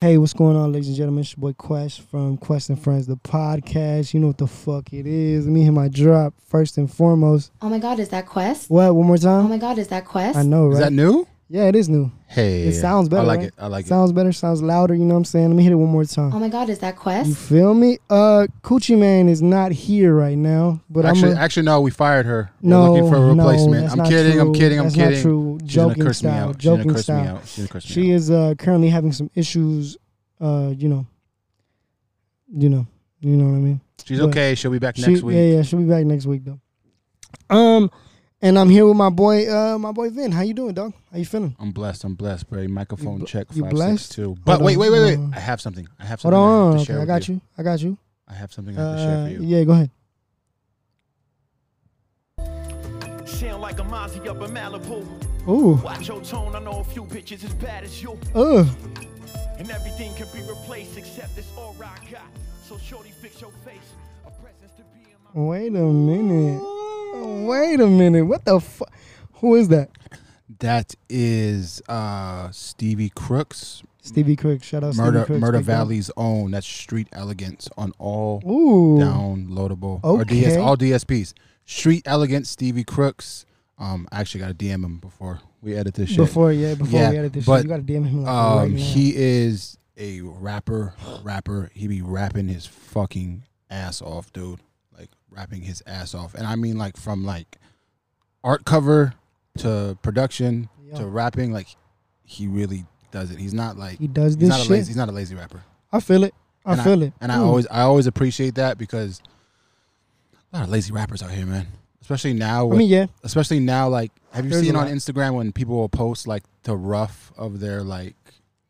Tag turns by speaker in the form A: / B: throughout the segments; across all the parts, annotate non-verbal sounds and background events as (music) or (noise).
A: Hey, what's going on, ladies and gentlemen? It's your boy Quest from Quest and Friends, the podcast. You know what the fuck it is. Let me hit my drop first and foremost.
B: Oh my God, is that Quest?
A: What? One more
B: Oh
A: time?
B: my God, is that Quest?
A: I know,
C: Is
A: right?
C: that new?
A: yeah, it is new.
C: Hey,
A: It sounds better.
C: I like
A: right?
C: it. I like
A: Sounds better. Sounds louder. You know what I'm saying? Let me hit it one more time.
B: Oh my God, is that
A: You
B: Quest?
A: feel me? Uh, Coochie Man is not here right now, but
C: it. Actually,
A: I'm a,
C: actually, no, we fired her. We're
A: no,
C: looking for a
A: No,
C: replacement.
A: that's
C: I'm,
A: not
C: kidding, I'm
A: true.
C: kidding. I'm
A: That's
C: kidding.
A: Not true.
C: She's
A: Joking
C: gonna curse
A: style.
C: me out. She's
A: Joking
C: gonna curse
A: style.
C: me out. She's gonna curse me
A: She
C: out.
A: is uh, currently having some issues. Uh, you know. You know. You know what I mean.
C: She's
A: but-
C: okay. She'll be back
A: She-
C: next week.
A: Yeah, yeah, she'll be back next week though. Um, and I'm here with my boy, uh, my boy Vin. How you doing, dog? How you feeling?
C: I'm blessed. I'm blessed, Brady. Microphone
A: bl-
C: check
A: you
C: five six
A: blessed?
C: two. But
A: on,
C: wait, wait, wait, wait.
A: hold on.
C: I have something. I have
A: Hold
C: something. I have
A: on,
C: to
A: okay,
C: share
A: I
C: with
A: got you. I got you.
C: I have something I have to
A: Uh,
C: share for you.
A: yeah, go ahead.
D: Sound like a Mozzie up in Malibu.
A: Ooh, uh,
D: Watch your tone, I know a few bitches as bad as you.
A: ugh.
D: And everything can be replaced except this aura I got. So shorty, fix your face. A presence to be in my
A: Wait a minute. Wait a minute. What the fuck? Who is that?
C: That is uh, Stevie Crooks,
A: Stevie Crooks. Shout out
C: Mm. Murder
A: Stevie Crooks.
C: Murder
A: Big dog.
C: Valley's own. That's Street Elegance on all
A: Ooh.
C: downloadable or DS,
A: Okay.
C: all DSPs. Street Elegance, Stevie Crooks. Um, I actually got to DM him before we edit this shit.
A: Before Oh, yeah, before
C: Yeah,
A: we edit this shit,
C: but,
A: you gotta DM him like
C: um,
A: right now.
C: he is a rapper, rapper. He be rapping his fucking ass off, dude. Like rapping his ass off, and I mean like from like art cover to production
A: Yeah.
C: to rapping. Like he really does it. He's not like
A: He does
C: he's
A: this
C: not a
A: shit.
C: lazy. He's not a lazy rapper.
A: I feel it. I
C: and
A: feel it.
C: And I
A: Mm.
C: always I always appreciate that because a lot of lazy rappers out here, man. Especially now
A: I
C: with,
A: mean, yeah.
C: especially now like have you
A: There's a
C: seen on
A: lot.
C: Instagram when people will post like the rough of their like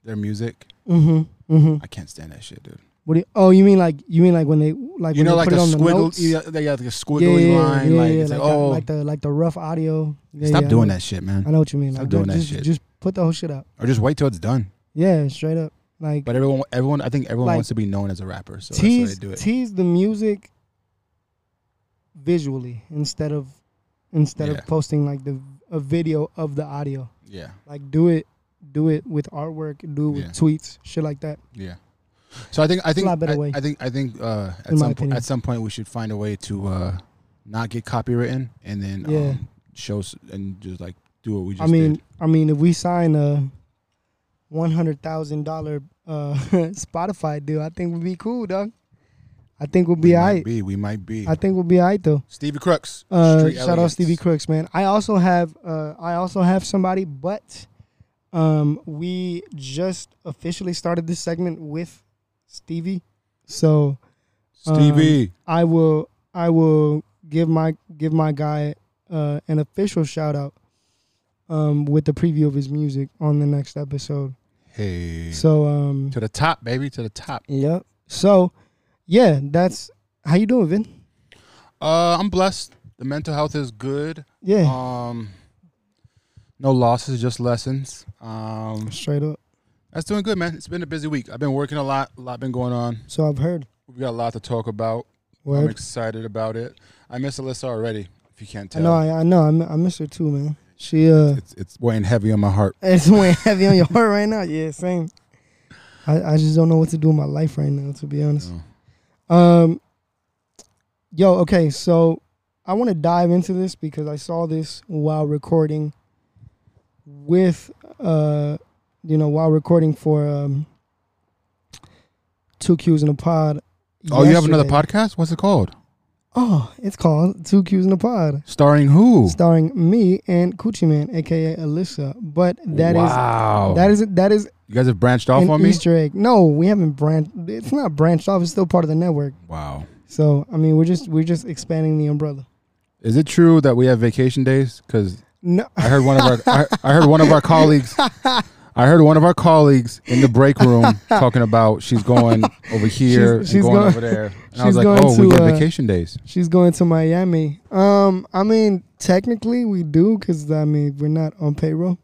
C: their music?
A: Mm-hmm. Mm-hmm.
C: I can't stand that shit, dude.
A: What do you, oh, you mean like you mean like when they like
C: you
A: when
C: know
A: they
C: like
A: put
C: the
A: it on the
C: squiggle
A: notes?
C: yeah, they got like a squiggly line like it's like,
A: the-
C: oh
A: like the like the rough audio. Yeah,
C: stop
A: yeah, I
C: doing
A: know-
C: that shit, man.
A: I know what you mean.
C: Stop
A: like,
C: doing that
A: just,
C: shit.
A: Just put the whole shit up.
C: Or just wait till it's done.
A: Yeah, straight up. Like
C: But everyone everyone I think everyone
A: Like,
C: wants to be known as a rapper, so
A: tease
C: that's why they do it.
A: tease the music visually instead of instead
C: Yeah.
A: of posting like the a video of the audio.
C: yeah.
A: Like do it do it with artwork, do it with
C: Yeah.
A: tweets, shit like that.
C: Yeah. So I think I think
A: lot better
C: I,
A: way.
C: I think I think uh,
A: In
C: at
A: my
C: some po-
A: opinion.
C: at some point we should find a way to uh, not get copywritten and then
A: Yeah.
C: um, show s- and just like do what we just
A: I mean,
C: did.
A: I mean, if we sign a one hundred thousand dollar uh, (laughs) Spotify deal, I think we'd be cool, dog. I think we'll
C: We
A: be
C: might
A: alright.
C: be we might be
A: I think we'll be alright though.
C: Stevie Crooks.
A: Uh,
C: Street
A: shout out
C: Elegance.
A: Stevie Crooks, man. I also have, uh, I also have somebody, but um, we just officially started this segment with Stevie, so um,
C: Stevie.
A: I will I will give my give my guy uh, an official shout out um, with the preview of his music on the next episode.
C: hey.
A: So um
C: to the top, baby, to the top.
A: yeah. So yeah, that's how you doing, Vin?
C: Uh, I'm blessed. The mental health is good.
A: Yeah.
C: Um, no losses, just lessons. Um,
A: Straight up.
C: that's doing good, man. It's been a busy week. I've been working a lot. A lot been going on.
A: So I've heard.
C: We've got a lot to talk about. I'm
A: Word.
C: excited about it. I miss Alyssa already. If you can't
A: I
C: tell,
A: know I, I know I, mi- I miss her too, man. She uh
C: it's it's weighing heavy on my heart.
A: it's (laughs) weighing heavy on your heart right now. Yeah, same. I, I just don't know what to do with my life right now, to be honest. Um Yo, okay, so I want to dive into this because I saw this while recording with uh you know, while recording for um Two Qs in a Pod.
C: Oh, you have another
A: yesterday.
C: podcast? What's it called?
A: Oh, it's called Two Qs in a Pod.
C: Starring who?
A: Starring me and Coochie Man, aka Alyssa. But that is
C: wow.
A: that is that is
C: you guys have branched off
A: an
C: on me.
A: Easter egg. No, we haven't branched. It's not branched off. It's still part of the network.
C: Wow.
A: So I mean, we're just we're just expanding the umbrella.
C: Is it true that we have vacation days? Because
A: No,
C: I heard one of our I, I heard one of
A: (laughs)
C: our colleagues. I heard one of our colleagues in the break room talking about she's going over here
A: She's-
C: and
A: she's
C: going,
A: going-
C: over there. And I
A: she's
C: was like,
A: going
C: oh, we
A: to,
C: get
A: uh,
C: vacation days.
A: she's going to Miami. Um, I mean, technically we do because I mean we're not on payroll.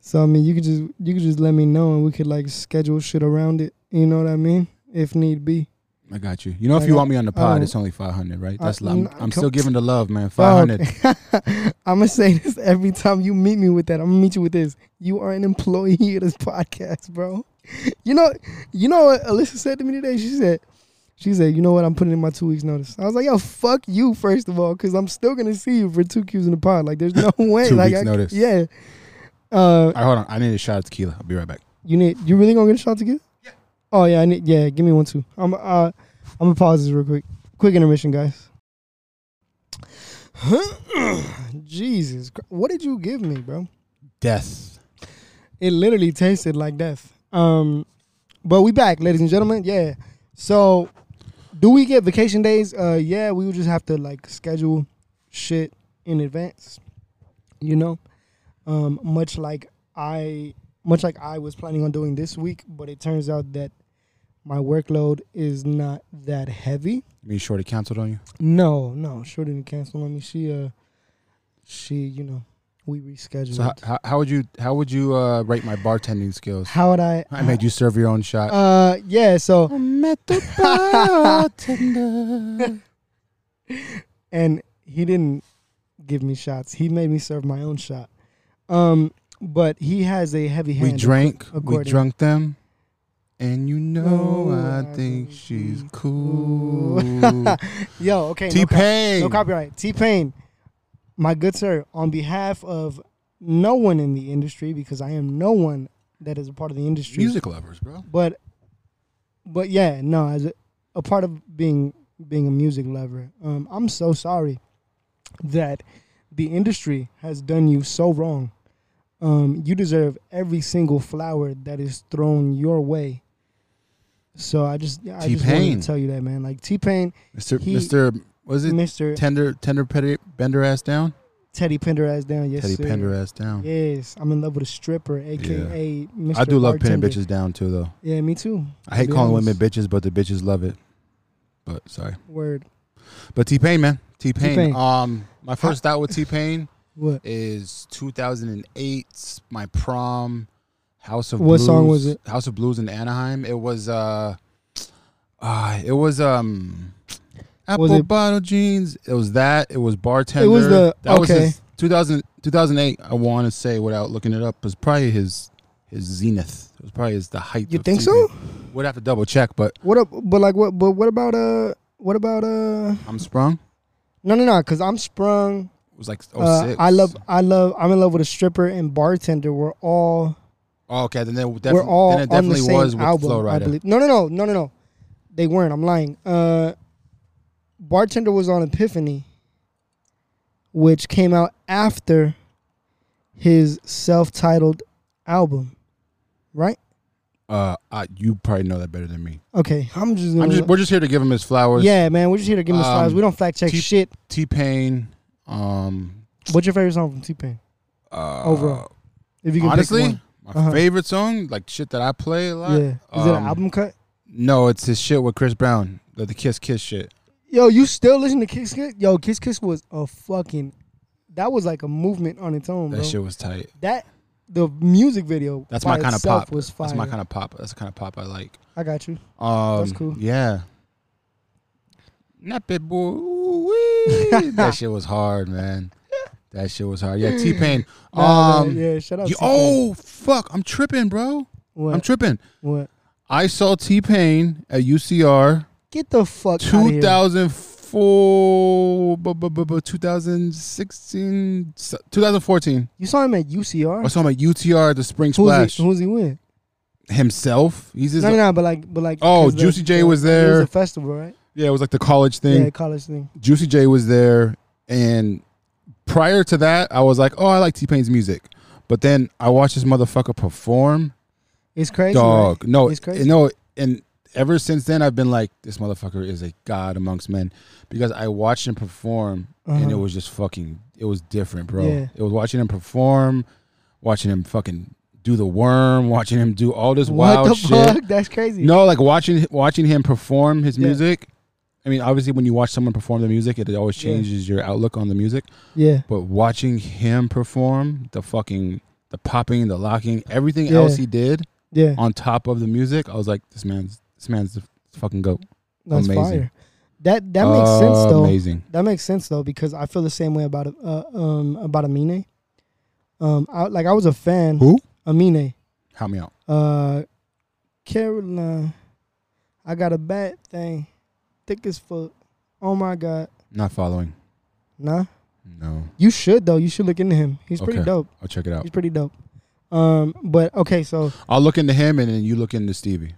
A: So I mean, you could just you could just let me know and we could like schedule shit around it. You know what I mean? If need be.
C: I got you. You know, if
A: I
C: you
A: got-
C: want me on the
A: I
C: pod,
A: don't-
C: it's only five hundred, right?
A: I-
C: That's lo- I'm,
A: n- Oh,
C: I'm
A: co-
C: still giving the love, man. Five hundred.
A: (laughs) I'm gonna say this every time you meet me with that. I'm gonna meet you with this. You are an employee of this podcast, bro. You know, you know what Alyssa said to me today. She said, she said, you know what? I'm putting in my two weeks notice. I was like, yo, fuck you, first of all, because I'm still gonna see you for two Qs in the pod. Like, there's no (laughs) way.
C: Two
A: like,
C: weeks
A: I-
C: notice.
A: Yeah. Uh,
C: All right, hold on. I need a shot of tequila. I'll be right back.
A: you need. You really gonna get a shot together? Yeah. Oh yeah, I need. Yeah, give me one too. I'm. Uh, I'm gonna pause this real quick. Quick intermission, guys. (clears throat) Jesus, Christ. what did you give me, bro?
C: Death.
A: It literally tasted like death. Um, but we back, ladies and gentlemen. Yeah. So, do we get vacation days? Uh, yeah, we would just have to like schedule shit in advance. You know, um, much like I, much like I was planning on doing this week, but it turns out that my workload is not that heavy.
C: You mean Shorty canceled on you?
A: No, no, sure didn't cancel on me. She, uh, she, you know, we rescheduled.
C: So how, how, how would you how would you uh, rate my bartending skills?
A: how would I?
C: I made you serve your own shot.
A: Uh, yeah. So.
C: I met (laughs) the bartender.
A: and he didn't give me shots. He made me serve my own shot. Um, but he has a heavy hand.
C: we drank, we
A: According-
C: drunk them, and you know
A: Oh,
C: I
A: I
C: think
A: think
C: she's
A: she's
C: cool.
A: (laughs) Yo, okay.
C: T
A: no, co-
C: Pain.
A: no copyright. T Pain, my good sir, on behalf of no one in the industry, because I am no one that is a part of the industry.
C: Music lovers, bro.
A: But, but yeah, no, as a, a part of being being a music lover, um, I'm so sorry that the industry has done you so wrong. Um, you deserve every single flower that is thrown your way. So I just I just wanted
C: T-Pain.
A: to tell you that, man. Like T Pain,
C: Mr.
A: He-
C: Mr. Was it
A: Mister
C: tender tender petty, bender ass down?
A: Teddy Pender ass down, yes
C: Teddy
A: sir.
C: pender ass down.
A: Yes, I'm in love with a stripper, aka Mr.
C: I do love pinning
A: Bartender.
C: bitches down too, though.
A: Yeah, me too.
C: I hate
A: be
C: calling
A: honest.
C: women bitches, but the bitches love it. But sorry,
A: Word.
C: but T Pain, man, T Pain.
A: T-Pain.
C: Um, my first out with T Pain
A: What?
C: is 2008. My prom, House of
A: What
C: Blues.
A: song was it?
C: House of Blues in Anaheim. It was uh, uh it was um, apple
A: Was it-
C: bottle jeans. It was that. It was bartender.
A: the-
C: that was
A: okay.
C: his 2000 2008. I want to say without looking it up was probably his his zenith. It was probably his the height.
A: You
C: of
A: think
C: T-Pain.
A: so?
C: Would have to double check, but
A: What up? But like, what? But what about uh? What about uh?
C: I'm sprung.
A: No, no, no. Cause I'm sprung.
C: It was like
A: uh,
C: 06.
A: I love, I love, I'm in love with a stripper and bartender. We're all,
C: Oh, okay, then it, defi-
A: we're all
C: then it
A: on the
C: definitely
A: same
C: was with
A: album.
C: Flow
A: I
C: Rider.
A: believe. No, no, no, no, no, no. They weren't. I'm lying. Uh, bartender was on Epiphany, which came out after his self-titled album, right?
C: Uh, I, you probably know that better than me.
A: Okay, I'm just,
C: I'm
A: gonna-
C: just, we're just here to give him his flowers.
A: Uh, yeah, man. We're just here to give him the flowers.
C: Um,
A: We don't fact check
C: T-
A: shit.
C: T Pain. Um,
A: What's your favorite song from T Pain?
C: uh,
A: Overall, If you can pick
C: honestly, my
A: Uh-huh.
C: favorite song, like shit that I play a lot.
A: one. yeah, is it an
C: um,
A: album cut?
C: No, it's his shit with Chris Brown, the, the Kiss Kiss shit.
A: Yo, you still listen to Kiss Kiss? Yo, Kiss Kiss was a fucking. That was like a movement on its own,
C: That
A: bro.
C: shit was tight.
A: That the music video.
C: That's
A: by
C: my kind of
A: itself
C: pop.
A: Was fire.
C: That's my kind of pop. That's the kind of pop I like.
A: I got you.
C: Um,
A: cool.
C: Yeah. Not bit boy. (laughs) Ooh-wee. that shit was hard, man. That shit was
A: (laughs)
C: hard. Yeah, T Pain. Um,
A: Nah, nah, yeah, shut up.
C: you-
A: T-Pain.
C: oh fuck, I'm tripping, bro.
A: what?
C: I'm tripping.
A: what?
C: I saw T Pain at UCR
A: Get the fuck out of here.
C: 2004, bu- bu- bu- bu- 2016, s- 2014.
A: You saw him at
C: I
A: UCR.
C: saw him at UTR, at the Spring
A: Who's
C: Oh, Splash.
A: he, who's he with?
C: Himself. He's his,
A: No, no, no. But like, but like.
C: Oh,
A: 'cause the-
C: Juicy J
A: the-
C: was
A: It was
C: there.
A: a festival, right?
C: yeah, it was like the college thing.
A: Yeah, college thing.
C: Juicy J was there, and prior to that, I was like, "Oh, I like T Pain's music," but then I watched this motherfucker perform.
A: It's crazy.
C: Dog,
A: right?
C: no,
A: it's crazy.
C: no, and ever since then, I've been like, "This motherfucker is a god amongst men," because I watched him perform, and
A: Uh-huh.
C: it was just fucking, it was different, bro.
A: Yeah.
C: It was watching him perform, watching him fucking do the worm, watching him do all this
A: what
C: wild
A: the
C: shit.
A: fuck? That's crazy.
C: No, like watching watching him perform his
A: Yeah.
C: music. I mean, obviously, when you watch someone perform the music, it always
A: Yeah.
C: changes your outlook on the music.
A: Yeah.
C: But watching him perform the fucking the popping, the locking, everything
A: Yeah.
C: else he did
A: Yeah.
C: on top of the music, I was like, this man's this man's the fucking goat.
A: That's
C: Amazing.
A: fire. That that makes sense though.
C: Amazing.
A: That makes sense though because I feel the same way about uh, um about Amine. Um, I, like I was a fan.
C: Who?
A: Amine.
C: Help me out.
A: Uh, Caroline. I got a bad thing, thick as fuck. Oh my god.
C: Not following.
A: Nah,
C: No.
A: you should though. You should look into him. He's pretty
C: Okay. Oh.
A: dope.
C: I'll check it out.
A: He's pretty dope. Um, but okay, so
C: I'll look into him, and then you look into Stevie.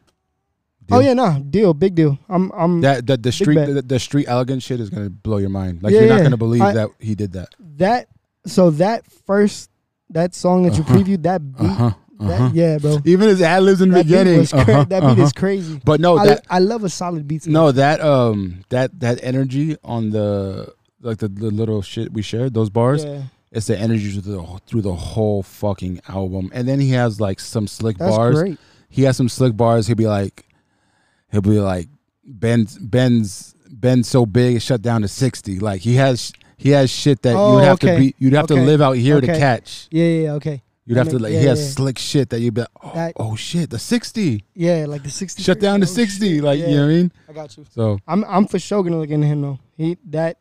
A: oh
C: Deal?
A: yeah, nah, deal, big deal. I'm I'm
C: That that the street
A: Mm-hmm. bet.
C: the, the street elegant shit is gonna blow your mind. Like
A: Yeah,
C: you're not
A: yeah.
C: gonna believe
A: I-
C: that he did that.
A: that so that first that song that you
C: Uh-huh.
A: previewed that beat
C: Uh huh. Uh huh.
A: that yeah bro
C: Even his ad libs in the
A: that beat,
C: beginning.
A: was cra-
C: Uh-huh,
A: that beat
C: uh-huh.
A: is crazy
C: But no,
A: I,
C: that
A: I love a solid beat to me.
C: no that um that that energy on the like the, the little shit we shared those bars.
A: yeah,
C: It's the energy through the through the whole fucking album, and then he has like some slick
A: that's
C: bars.
A: great
C: He has some slick bars. He'll be like, he'll be like, Ben's Ben's Ben's so big, it shut down to sixty. Like he has he has shit that
A: Oh,
C: you have
A: okay.
C: to be you'd have to
A: Okay.
C: live out here to
A: Okay.
C: catch.
A: yeah yeah yeah, okay
C: You'd
A: That
C: have to
A: make-
C: like
A: yeah,
C: he has
A: yeah.
C: slick shit that you'd be like, oh,
A: That- Oh,
C: oh shit,
A: (laughs)
C: the sixty
A: yeah like the 60
C: shut down to sixty. Like you know what I mean?
A: I got you
C: So
A: I'm I'm for sure gonna look into him though he that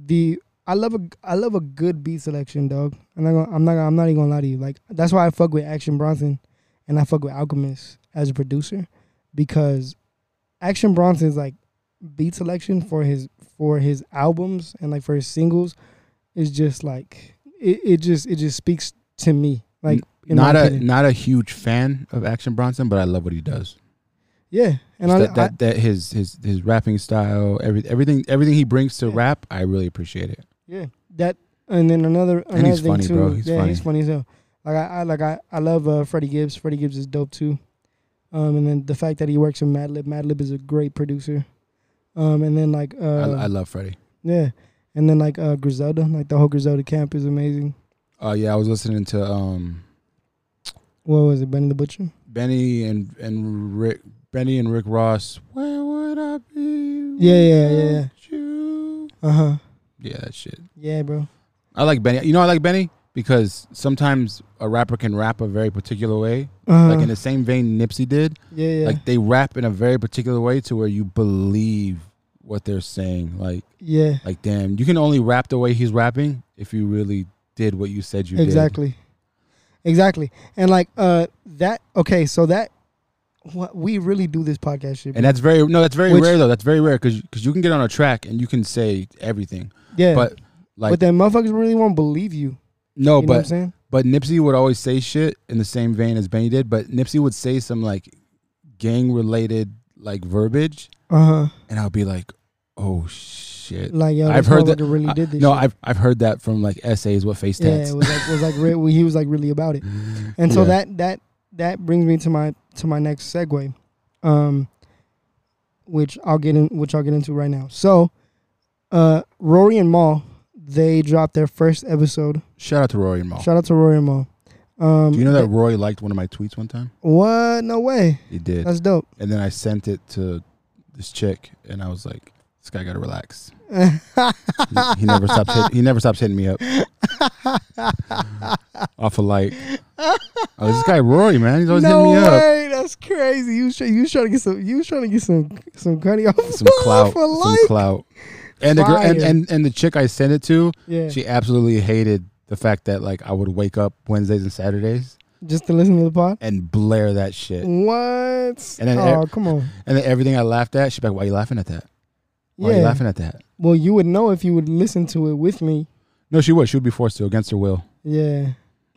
A: the I love a I love a good beat selection dog I'm not gonna, I'm not gonna, I'm not even gonna lie to you like that's why I fuck with Action Bronson and I fuck with Alchemist as a producer because Action Bronson's like beat selection for his for his albums and like for his singles is just like it, it just it just speaks to me like in my
C: not a
A: opinion.
C: not a huge fan of Action Bronson, but I love what he does.
A: yeah and I,
C: that,
A: I
C: that, that his his his rapping style, every, everything everything he brings to
A: Yeah.
C: rap, I really appreciate it.
A: Yeah, that and then another another
C: he's
A: thing
C: funny,
A: too.
C: bro. He's
A: yeah,
C: funny.
A: he's funny as hell. Like I, I like I, I love uh, Freddie Gibbs. Freddie Gibbs is dope too. Um, and then the fact that he works with Madlib. Madlib is a great producer. Um, and then like uh,
C: I, I love Freddie.
A: yeah, and then like uh, Griselda. Like the whole Griselda camp is amazing.
C: Oh yeah, I was listening to um
A: What was it, Benny the Butcher?
C: Benny and and Rick Benny and Rick Ross. Where would I be?
A: Yeah, yeah, yeah,
C: without you?
A: Uh huh.
C: Yeah, that shit.
A: Yeah, bro.
C: I like Benny. You know, I like Benny because sometimes a rapper can rap a very particular way,
A: Uh-huh.
C: like in the same vein Nipsey did.
A: yeah, yeah,
C: Like they rap in a very particular way to where you believe what they're saying. Like
A: yeah.
C: like damn, you can only rap the way he's rapping if you really did what you said you did.
A: exactly exactly and like uh that okay so that what we really do this podcast shit
C: And that's very no, that's very
A: Which-
C: rare though. That's very rare because you can get on a track and you can say everything,
A: yeah
C: but like
A: but then motherfuckers really won't believe you
C: no,
A: you know what i'm
C: but
A: saying
C: but Nipsey would always say shit in the same vein as Benny did. But Nipsey would say some like gang related like verbiage,
A: uh-huh
C: and I'll be like, oh shit.
A: like yo
C: I've
A: this
C: heard that.
A: motherfucker really
C: I-
A: did this
C: no,
A: shit.
C: I've I've heard that from like essays with face
A: yeah
C: tats.
A: it was like was like re- well, he was like really about it and so
C: Yeah.
A: that that that brings me to my to my next segue um which i'll get in which i'll get into right now so uh rory and Maul, they dropped their first episode
C: Shout out to Roy and Mal.
A: shout out to rory and Maul. um
C: Do you know
A: th-
C: that Roy liked one of my tweets one time?
A: What? No way.
C: He did,
A: That's dope.
C: and then I sent it to this chick, and I was like, this guy gotta relax.
A: (laughs)
C: he, he never stops. Hit, he never stops hitting me up. Off of like, oh, this guy Rory, man, he's always
A: no
C: hitting me up.
A: way. That's crazy. You was, try, you was trying to get some. You was trying to get some some credit off
C: Some
A: (laughs)
C: clout,
A: for
C: some
A: like.
C: clout. And the girl, and,
A: Fire.
C: and and the chick I sent it to,
A: Yeah.
C: she absolutely hated the fact that like I would wake up Wednesdays and Saturdays
A: Just to listen to the pod.
C: and blare that shit,
A: Mm.
C: and
A: What?
C: And then
A: oh,
C: e-
A: come on.
C: then everything I laughed at, she'd be like, "Why are you laughing at that? Why are Oh, you
A: Yeah.
C: laughing at that?"
A: Well, you would know if you would listen to it with me.
C: No, she would. She would be forced to against her will.
A: Yeah.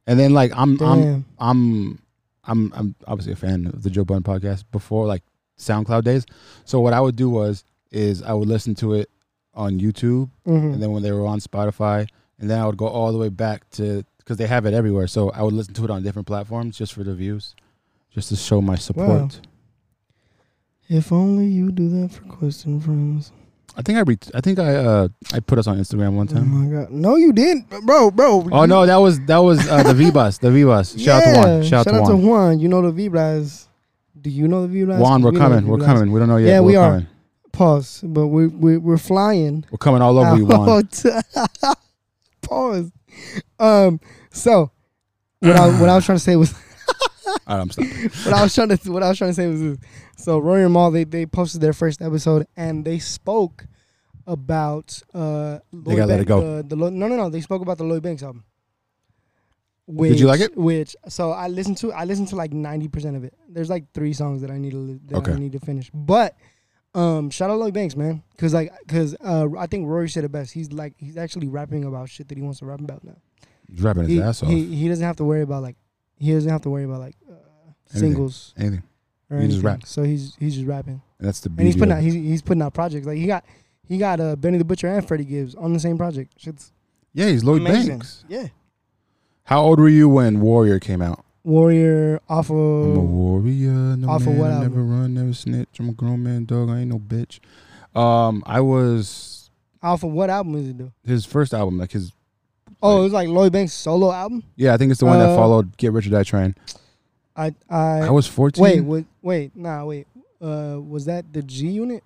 C: And then like I'm I'm
A: Damn.
C: I'm I'm I'm obviously a fan of the Joe Budden podcast before like SoundCloud days. So what I would do was is I would listen to it on YouTube
A: Mhm.
C: and then when they were on Spotify and then I would go all the way back to cuz they have it everywhere. So I would listen to it on different platforms just for the views. Just to show my support.
A: Wow. if only you do that for Question Friends.
C: I think I re- I think I uh I put us on Instagram one
A: Oh
C: time.
A: my God. No, you didn't, bro, bro.
C: Oh no, that was that was uh, the V Bus, the V Bus. Shout out to Juan.
A: Yeah.
C: Shout, out to Juan.
A: Juan. You know the V Blast. Do you know the V Blast?
C: Juan, we're coming. We're coming. We don't know yet.
A: Yeah,
C: we're
A: we are.
C: Coming.
A: Pause. But we we we're flying.
C: We're coming
A: (laughs)
C: all over you, Juan.
A: Out. (laughs) Pause. Um. So, what I what I was trying to say was,
C: All right, I'm
A: (laughs)
C: stopping.
A: what I was trying to what I was trying to say was this. So Rory and Maul they, they posted their first episode and they spoke about uh Lloyd
E: gotta let
A: Bank-
E: it go.
A: The, the Lloyd- no no no they spoke about the Lloyd Banks album.
C: Did you like it?
A: Which so I listened to I listened to like ninety percent of it. There's like three songs that I need to li- that I
C: Okay.
A: need to finish. But um shout out Lloyd Banks man because like because uh I think Rory said it best. He's like he's actually rapping about shit that he wants to rap about now
C: He's rapping his
A: he,
C: ass off.
A: He, he doesn't have to worry about like he doesn't have to worry about like uh,
C: Anything.
A: singles
C: Anything.
A: or
C: He just
A: anything.
C: raps.
A: So he's he's just rapping
C: And that's the
A: and
C: beauty.
A: he's putting
C: of
A: out he's,
C: it.
A: he's putting out projects like he got he got uh, Benny the Butcher and Freddie Gibbs on the same project. Shit's
C: yeah, he's Lloyd
A: amazing.
C: Banks.
A: Yeah,
C: How old were you when Warrior came out?
A: Warrior off
C: I'm a
A: of
C: warrior. No
A: Off of
C: man,
A: what
C: I never
A: album?
C: run, never snitch. I'm a grown man, dog. I ain't no bitch. Um, I was
A: off of what album is it though?
C: his first album, like his.
A: Oh, it was like Lloyd Banks solo album.
C: Yeah, I think it's the one
A: Uh,
C: that followed Get Rich or Die Trying.
A: I I,
C: I was 14.
A: wait wait wait nah wait uh was that the G Unit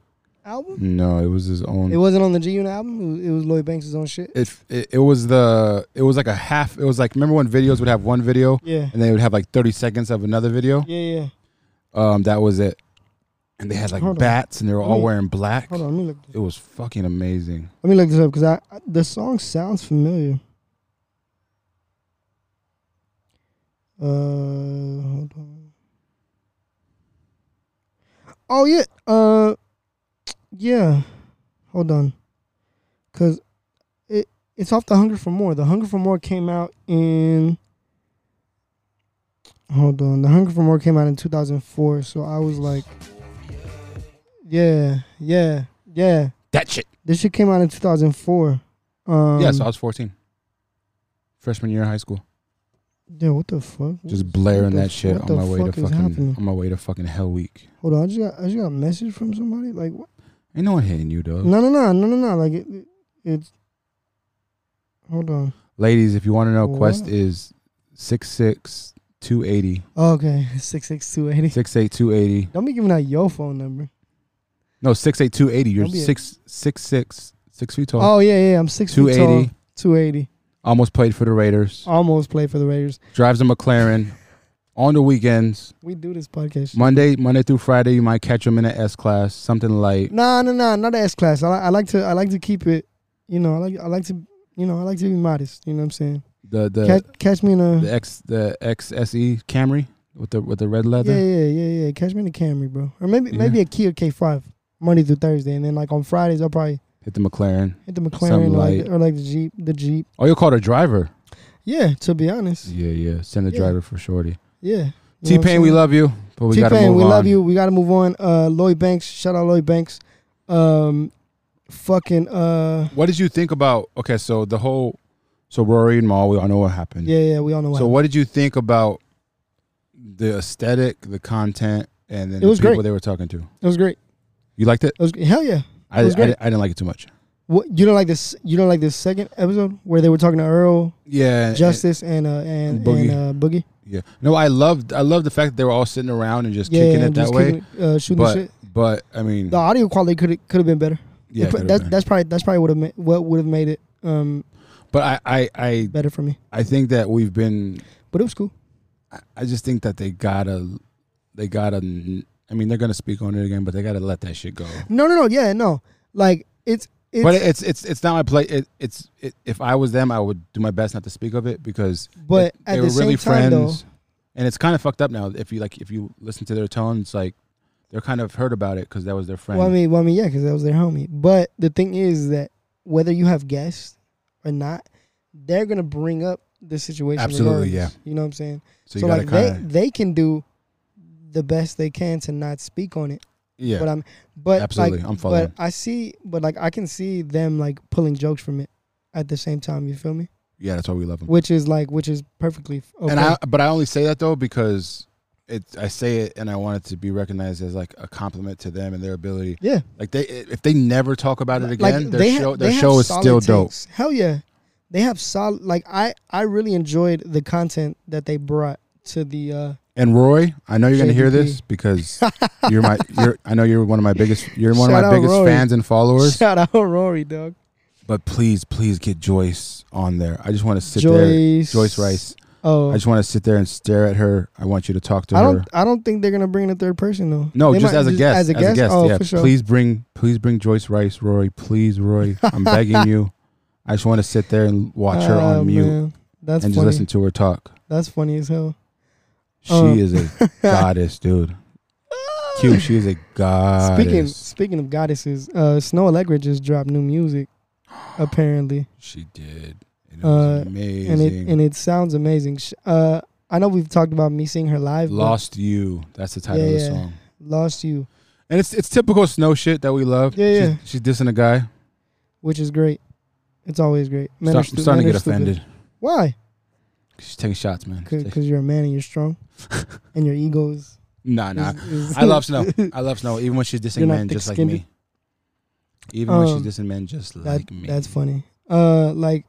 A: album?
C: no, it was his own.
A: It wasn't on the G Unit album. It was, it was Lloyd Banks' own shit.
C: it, it it was the it was like a half. It was like remember when videos would have one video
A: Yeah
C: and they would have like 30 seconds of another video.
A: yeah yeah.
C: Um, that was it. And they had like
A: Hold on.
C: bats, and they were all
A: Wait.
C: wearing black.
A: Hold on, let me look.
C: It was fucking amazing.
A: Let me look this up because I, I the song sounds familiar. Uh, hold on. Oh yeah. Uh, yeah. Hold on, cause it it's off the Hunger for More. The Hunger for More came out in. Hold on, the Hunger for More came out in two thousand four. So I was like, yeah, yeah, yeah.
C: That shit.
A: This shit came out in 2004. Um,
C: yeah, so I was 14. Freshman year of high school.
A: yeah, what the fuck?
C: Just blaring
A: the-
C: that shit
A: what
C: on
A: the
C: my way to
A: fuck is
C: fucking
A: happening?
C: on my way to fucking hell week.
A: Hold on, I just got I just got a message from somebody. Like, what?
C: Ain't no one hitting you, dog.
A: no, no, no, no, no, no. Like, it, it, it's. Hold on.
C: Ladies, if you want to know,
A: What?
C: Quest is 6'6", 280,
A: Oh, okay, (laughs) six six two eighty.
C: 6'8", 280.
A: Don't be giving out your phone number.
C: No, 6'8", 280. You're
A: Don't be a-
C: six six six six feet tall.
A: Oh yeah, yeah. I'm six Oh. two eighty.
C: 280.
A: Two eighty.
C: Almost played for the Raiders.
A: Almost played for the Raiders.
C: Drives a McLaren. on the weekends,
A: We do this podcast. shit.
C: Monday Monday through Friday, you might catch him in an S class, something light.
A: Nah, nah, nah. Not the S class. I, li- I like to I like to keep it. You know, I like I like to you know I like to be modest. You know what I'm saying?
C: The the
A: catch, catch me in a
C: the X the XSE Camry with the with the red leather.
A: Yeah, yeah, yeah, yeah. Catch me in the Camry, bro. Or maybe
C: Yeah.
A: maybe a Kia K5 Monday through Thursday, and then like on Fridays I'll probably
C: Hit the McLaren.
A: hit the McLaren
C: Something
A: or like,
C: light.
A: the- or like the Jeep, the Jeep.
C: Oh, you called a driver.
A: Yeah, to be honest.
C: Yeah, yeah. Send the
A: Yeah.
C: driver for shorty.
A: Yeah.
C: T Pain, we love you, but we
A: T
C: got to
A: Pain,
C: move
A: we
C: on.
A: love you. We gotta move on. Uh, Lloyd Banks, shout out Lloyd Banks. Um, fucking uh,
C: What did you think about? Okay, so the whole, so Rory and Maul, we all know what happened.
A: yeah, yeah. We all know what.
C: So what did you think about the aesthetic, the content, and then
A: It was
C: the people
A: great.
C: they were talking to?
A: happened. it was great.
C: You liked it?
A: It was hell yeah.
C: I,
A: was
C: I
A: great.
C: di- I didn't like it too much.
A: What you don't like this? You don't like this second episode where they were talking to Earl,
C: Yeah, and-
A: Justice, and uh, and
C: Boogie.
A: and uh, Boogie.
C: yeah. No, I loved, I loved the fact that they were all sitting around and just
A: Yeah,
C: kicking
A: and
C: it that
A: just
C: way.
A: kicking it, uh, shooting the
C: But,
A: shit.
C: but I mean,
A: The audio quality could could have been better.
C: yeah,
A: It
C: it
A: pr-
C: could've
A: that's
C: been.
A: that's probably that's probably would have what would have made it um
C: but I, I, I,
A: better for me.
C: I think that we've been
A: But it was cool.
C: I- I just think that they gotta, they gotta. n- I mean, they're gonna speak on it again, but they gotta let that shit go.
A: No, no, no. Yeah, no. Like it's it's
C: but
A: but,
C: it's it's it's not my play. It, it's it, if I was them, I would do my best not to speak of it because it-
A: at the same time though,
C: and it's kind of fucked up now. If you like, if you listen to their tone, it's like they're kind of hurt about it because that was their friend.
A: well, I mean, well, I mean, yeah, because that was their homie. But the thing is that whether you have guests or not, they're gonna bring up the situation.
C: Absolutely,
A: regardless. You know what I'm saying?
C: so
A: So,
C: you gotta
A: like they
C: kind of
A: they can do the best they can to not speak on it.
C: yeah.
A: But I'm but
C: Absolutely,
A: like,
C: I'm following.
A: But I see, but like I can see them like pulling jokes from it at the same time. You feel me?
C: yeah, that's why we love them.
A: which is like which is perfectly f- okay.
C: And I, but I only say that though because it. I say it, and I want it to be recognized as like a compliment to them and their ability.
A: yeah,
C: Like they, if they never talk about it again, their
A: they ha-
C: show, their
A: they have
C: show is
A: solid
C: still dope.
A: takes. Hell yeah, they have solid. Like I, I really enjoyed the content that they brought to the. uh
C: And Roy, I know you're gonna hear
A: JDP. (laughs)
C: this because you're my, you're, I know you're one of my biggest, you're one
A: Shout
C: of
A: out
C: my biggest
A: Roy.
C: fans and
A: (laughs)
C: followers.
A: Shout out Rory, dog.
C: But please, please get Joyce on there. I just want to sit there,
A: Joyce.
C: Joyce Rice.
A: Oh,
C: I just want to sit there and stare at her. I want you to talk to
A: I
C: her.
A: don't. I don't think they're gonna bring in a third person though.
C: No,
A: They
C: just
A: might-
C: as a guest.
A: As a guest. oh,
C: yeah.
A: for sure.
C: Please bring, please bring Joyce Rice, Rory. Please, Rory.
A: (laughs)
C: I'm begging you. I just want to sit there and watch her
A: Ah,
C: on mute
A: man. That's
C: and just
A: funny.
C: listen to her talk.
A: That's funny as hell.
C: She
A: Um, (laughs)
C: is a goddess, dude. Q, she is a
A: Speaking
C: goddess.
A: speaking of goddesses, uh, Snow Allegra just dropped new music, apparently,
C: she did. And it
A: Uh,
C: was amazing.
A: and it and it sounds amazing. Sh- Uh, I know we've talked about me seeing her live. but
C: Lost You. That's the title of the
A: Yeah, yeah.
C: song.
A: lost you,
C: And it's it's typical snow shit that we love.
A: Yeah,
C: she's,
A: yeah.
C: She's dissing a guy.
A: which is great. It's always great. Men
C: Start-
A: are
C: I'm
A: stu-
C: starting to
A: men
C: get
A: are stupid.
C: offended.
A: Why?
C: She's taking shots, man. (laughs) She's taking-
A: Because you're a man and you're
C: (laughs)
A: strong, and your ego is.
C: Nah, nah.
A: is- is-
C: (laughs) I love snow. I love snow, even when she's dissing
A: You're not
C: men just like
A: thick-skinned?
C: me. Even when
A: Um,
C: she's dissing men just
A: That-
C: like me.
A: That's funny. Uh, like,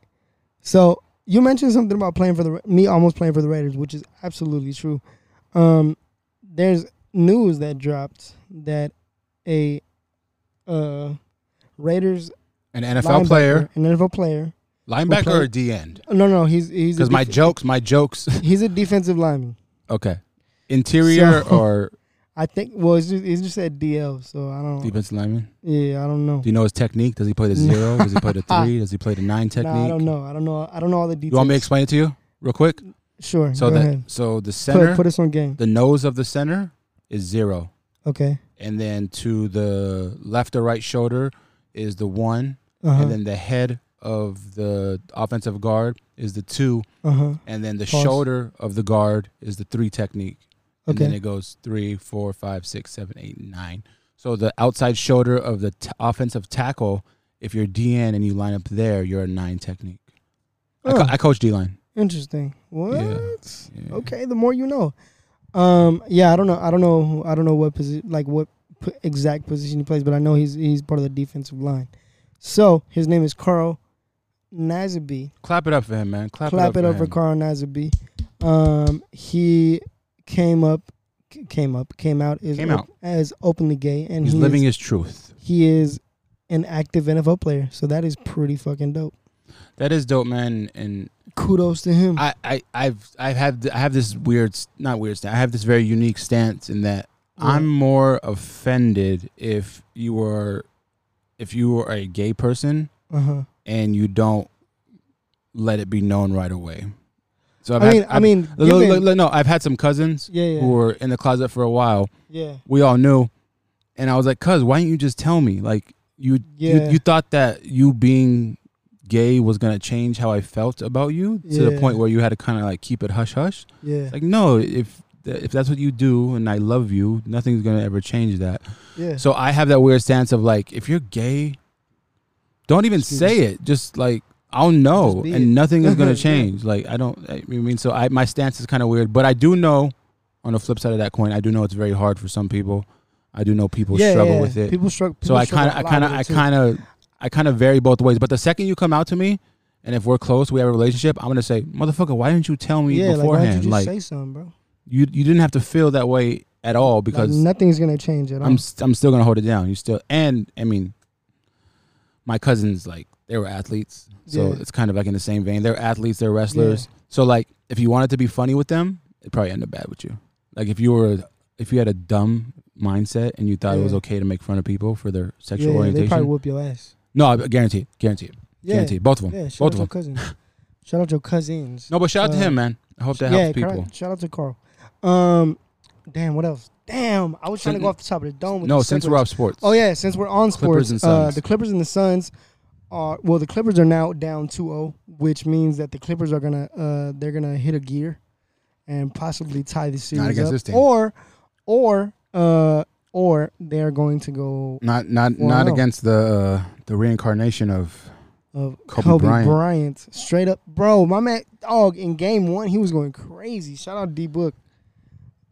A: so you mentioned something about playing for the Ra- me almost playing for the Raiders, which is absolutely true. Um, there's news that dropped that a uh Raiders
C: An NFL player,
A: linebacker- an NFL player.
C: linebacker,
A: play-
C: or D end?
A: No, no, he's he's a
C: Because my
A: def-
C: jokes, my jokes. (laughs)
A: he's a defensive lineman.
C: okay, interior
A: So-
C: or
A: I think. Well, it's just, it's just said DL, so I don't.
C: defensive lineman?
A: Yeah, I don't know.
C: Do you know his technique? Does he play the zero? Does
A: (laughs)
C: he play the three? Does he play the nine technique?
A: Nah, I don't know. I don't know. I don't know all the details.
C: You want me to explain it to you real quick?
A: Sure.
C: So
A: go
C: that
A: ahead.
C: so the center,
A: Put, put us on game.
C: the nose of the center is zero,
A: Okay.
C: and then to the left or right shoulder is the one,
A: Uh huh.
C: and then the head of the offensive guard is the two,
A: Uh huh.
C: and then the
A: Pause.
C: shoulder of the guard is the three technique. And then
A: Okay.
C: it goes three, four, five, six, seven, eight, nine. So the outside shoulder of the t- offensive tackle, if you're DN and you line up there, you're a nine technique. I, co-
A: Oh.
C: I coach D line.
A: Interesting. What?
C: Yeah. Yeah.
A: Okay, the more you know. Um, yeah, I don't know. I don't know. I don't know what position, like what p- exact position he plays, but I know he's he's part of the defensive line. So his name is Carl Nazaby.
C: Clap it up for him, man. Clap,
A: Clap it
C: for
A: up for
C: him.
A: Carl Nazaby. Um, he came up, c- came up, came out as
C: Came
A: op-
C: out.
A: as openly gay, and
C: He's
A: he
C: living
A: Is,
C: his truth.
A: he is an active NFL player, so that is pretty fucking dope.
C: That is dope, man. And
A: Kudos to him.
C: I, I, I've, I've had, th- I have this weird, s- not weird stance. I have this very unique stance in that
A: Yeah.
C: I'm more offended if you are, if you are a gay person
A: Uh huh.
C: and you don't let it be known right away. So I've
A: I
C: had-
A: mean, I
C: I've-
A: mean,
C: look, look,
A: given-
C: look, no, I've had some cousins
A: yeah, yeah,
C: who were in the closet for a while.
A: yeah.
C: We all knew, and I was like, "Cuz, why didn't you just tell me? Like, you,
A: Yeah.
C: you, you thought that you being gay was gonna change how I felt about you to the
A: Yeah.
C: point where you had to kind of like keep it hush hush.
A: Yeah,
C: Like, no, if th- if that's what you do, and I love you, nothing's gonna ever change that.
A: yeah.
C: So I have that weird stance of like, if you're gay, don't even
A: Just-
C: say it. Just like I'll know,
A: Just be
C: and
A: it.
C: nothing is
A: (laughs)
C: gonna
A: Yeah.
C: change. Like I don't. I mean, so I my stance is kind of weird, but I do know. On the flip side of that coin, I do know it's very hard for some people. I do know people struggle with it.
A: People struggle.
C: so I kind of, I kind of, I kind of, I kind of vary both ways. But the second you come out to me, and if we're close, we have a relationship, I'm gonna say, motherfucker, why didn't you tell me
A: yeah, like why don't you
C: beforehand?
A: just
C: Like,
A: say something, bro?
C: you you didn't have to feel that way at all
A: Because
C: because
A: nothing's gonna change at all.
C: I'm s- I'm still gonna hold it down. You still and I mean, my cousins like they were athletes, so
A: Yeah.
C: it's kind of like in the same vein. They're athletes, they're wrestlers. So like, if you wanted to be funny with them, it probably ended bad with you. Like if you were if you had a dumb mindset and you thought it was
A: Yeah.
C: okay to make fun of people for their sexual
A: yeah, they probably
C: orientation,
A: whoop your ass.
C: no, I guarantee it, guarantee it,
A: Yeah,
C: guarantee it. Both of them,
A: yeah. Shout
C: both
A: out
C: of
A: your
C: them.
A: cousins. shout out your cousins.
C: No, but shout out to
A: Uh,
C: him, man. I hope that
A: yeah,
C: helps
A: correct.
C: people.
A: Shout out to Carl. Um, damn, what else? Damn, I was trying to go
C: Sin-
A: off the top of the dome. With
C: No,
A: the
C: since
A: segues.
C: we're off sports,
A: Oh yeah, since we're on sports,
C: Clippers and
A: uh,
C: Suns.
A: the Clippers and the Suns are well. The Clippers are now down 2-0, which means that the Clippers are gonna uh, they're gonna hit a gear and possibly tie the series
C: against
A: up,
C: this team.
A: or or uh, or they're going to go
C: not not
A: Well,
C: not
A: no.
C: against the uh, the reincarnation of
A: of
C: Kobe
A: Kobe,
C: Bryant.
A: Bryant. straight up, bro. My man, dog in game one, he was going crazy. Shout out D Book.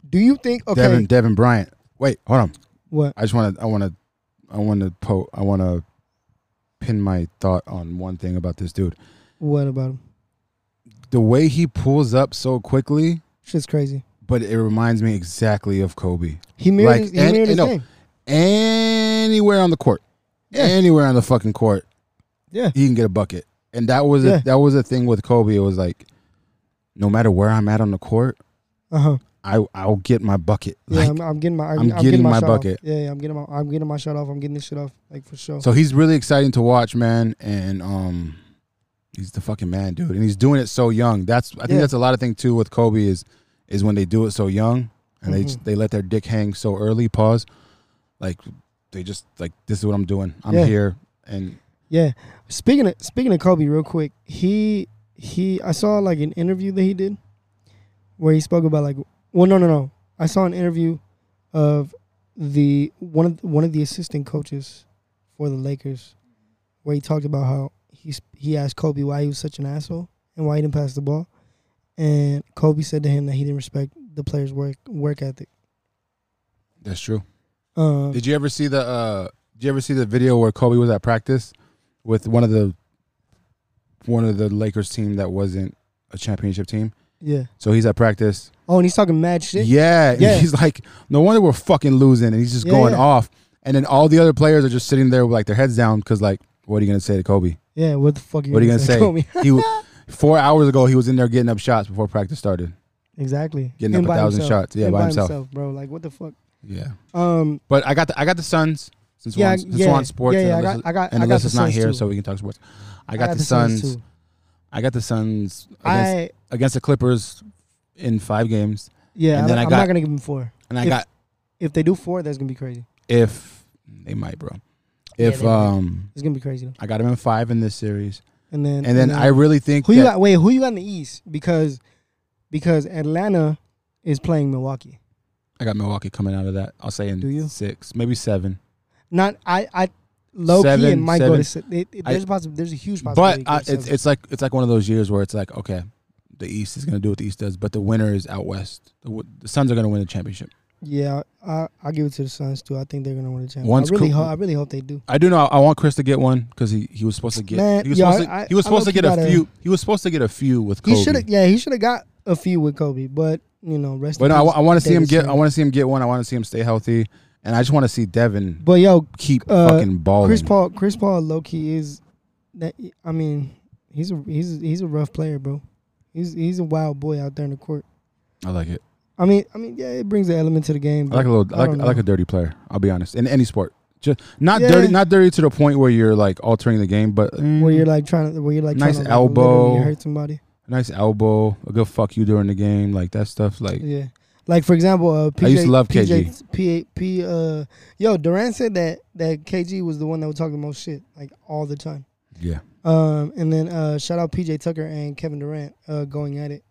A: Do you think okay?
C: Devin Devin Bryant. Wait, hold on.
A: What?
C: I just want to. I want to. I want to. Po- I want to pin my thought on one thing about this dude.
A: What about him?
C: The way he pulls up so quickly,
A: Shit's crazy.
C: but it reminds me exactly of Kobe.
A: He mirrored
C: Like,
A: his, he
C: and-
A: mirrored his
C: and no.
A: game.
C: Anywhere on the court,
A: Yeah.
C: anywhere on the fucking court,
A: Yeah.
C: he can get a bucket. And that was
A: Yeah.
C: a, that was a thing with Kobe. It was like no matter where I'm at on the court,
A: Uh huh.
C: I I'll get my bucket.
A: Yeah,
C: Like,
A: I'm, I'm getting my. I'm,
C: I'm
A: getting,
C: getting
A: my,
C: my
A: shot off.
C: bucket.
A: Yeah, yeah, I'm getting my. I'm getting my shot off. I'm getting this shit off, like for sure.
C: so he's really exciting to watch, man, and um, he's the fucking man, dude, and he's doing it so young. That's I think
A: Yeah.
C: that's a lot of thing too with Kobe is is when they do it so young and they
A: Mm-hmm.
C: just, they let their dick hang so early. Pause, like they just like this is what I'm doing. I'm
A: Yeah.
C: here, and
A: Yeah. Speaking of speaking of Kobe, real quick, he he I saw like an interview that he did where he spoke about like well no no no I saw an interview of the one of one of the assistant coaches for the Lakers where he talked about how he's he asked Kobe why he was such an asshole and why he didn't pass the ball and Kobe said to him that he didn't respect the player's work work ethic.
C: that's true.
A: Um,
C: Did you ever see the uh did you ever see the video where Kobe was at practice with one of the one of the Lakers team that wasn't a championship team?
A: yeah.
C: So he's at practice.
A: Oh, and he's talking mad shit.
C: Yeah. and
A: Yeah.
C: (laughs) he's like, no wonder we're fucking losing and he's just
A: Yeah,
C: going
A: yeah.
C: off. And then all the other players are just sitting there with like their heads down because like, what are you gonna say to Kobe?
A: Yeah, what the fuck?
C: What are you
A: (laughs)
C: gonna say?
A: Kobe?
C: he w- four hours ago he was in there getting up shots before practice started.
A: Exactly.
C: Getting
A: Him
C: up a
A: by
C: thousand shots. Yeah,
A: Him
C: by himself.
A: bro. Like what the fuck?
C: Yeah.
A: Um,
C: But I got the I got the Suns since
A: yeah,
C: Juan-
A: I-
C: since
A: yeah,
C: Juan sports
A: Yeah, yeah. I
C: and
A: got,
C: Alyssa's-
A: I got,
C: and
A: I got the
C: Alyssa's not
A: Suns
C: here,
A: too.
C: so we can talk sports. I
A: I
C: got, the, Suns.
A: too.
C: I got the Suns against,
A: I
C: against the Clippers in five games,
A: yeah.
C: and
A: I,
C: then I
A: am
C: got-
A: not gonna give them four.
C: and I
A: If-
C: got
A: If they do four, that's gonna be crazy.
C: if they might, bro.
A: Yeah,
C: If
A: they might.
C: um,
A: It's gonna be crazy. Though.
C: I got them in five in this series,
A: And then
C: and then I really think
A: who you
C: that-
A: got? Wait, who you got in the East? Because because Atlanta is playing Milwaukee.
C: I got Milwaukee coming out of that. I'll say in
A: Do you?
C: six, maybe seven.
A: Not I I low key it
C: Seven-
A: might go
C: seven.
A: to si- it, it,
C: I-
A: there's a possi- there's a huge
C: But
A: possibility. it
C: I,
A: goes
C: it's
A: seven.
C: it's like it's like one of those years where it's like okay, the East is gonna do what the East does, but the winner is out west. The, w- the Suns are gonna win the championship.
A: yeah, I I give it to the Suns too. I think they're gonna win the championship.
C: Once
A: I really
C: Coo-
A: hope I really hope they do.
C: I do know. I, I want Chris to get one because he, he was supposed to get.
A: Man,
C: he was
A: yo,
C: supposed to,
A: I-
C: he was
A: I
C: supposed to
A: low-key
C: get a
A: gotta-
C: few. He was supposed to get a few with Kobe.
A: He should have. Yeah, he should have got a few with Kobe, but you know, rest.
C: But
A: in
C: no, I,
A: peace,
C: want to see him
A: Davis
C: get.
A: Scott.
C: I want to see him get one. I want to see him stay healthy, and I just want to see Devin
A: But yo,
C: keep
A: Uh,
C: fucking balling.
A: Chris Paul, Chris Paul, low key is that. I mean, he's a he's he's a rough player, bro. He's he's a wild boy out there in the court.
C: I like it.
A: I mean, I mean, yeah, it brings an element to the game.
C: I like a little. I
A: don't
C: like, I like
A: know.
C: a dirty player. I'll be honest. In any sport, just not
A: Yeah.
C: dirty. Not dirty to the point where you're like altering the game, but mm,
A: where you're like trying to where you're like
C: Nice
A: trying to, like, literally
C: elbow.
A: hurt somebody.
C: nice elbow, a good fuck you during the game, like that stuff. Like
A: Yeah. Like for example, uh, PJ,
C: I used to love
A: PJ, P, P, uh, yo, Durant said that that KG was the one that was talking the most shit like all the time.
C: yeah,
A: Um, and then uh, shout out PJ Tucker and Kevin Durant uh, going at it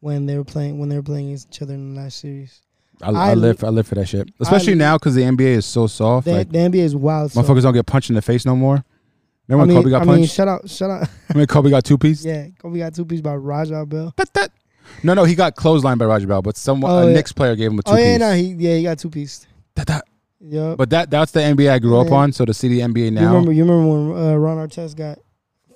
A: when they were playing when they were playing against each other in the last series.
C: I, I,
A: I li-
C: live. I live for that shit, especially now 'cause now because the NBA is so soft.
A: The,
C: like
A: the NBA is wild. So,
C: motherfuckers don't get punched in the face no more. Remember
A: I
C: when
A: mean,
C: Kobe got
A: I mean,
C: punched?
A: shout out, shout out. (laughs)
C: I mean, Kobe got two piece.
A: yeah, Kobe got two piece by Rajah Bell.
C: But that. No, no, he got clotheslined by Roger Bell, but someone
A: Oh,
C: a
A: yeah.
C: Knicks player gave him a two
A: Oh
C: piece.
A: yeah, no, he yeah he got two piece.
C: That- that-
A: Yup.
C: But that that's the NBA I grew up
A: Yeah.
C: on. So to see the NBA
A: you
C: now,
A: remember you remember when uh, Ron Artest got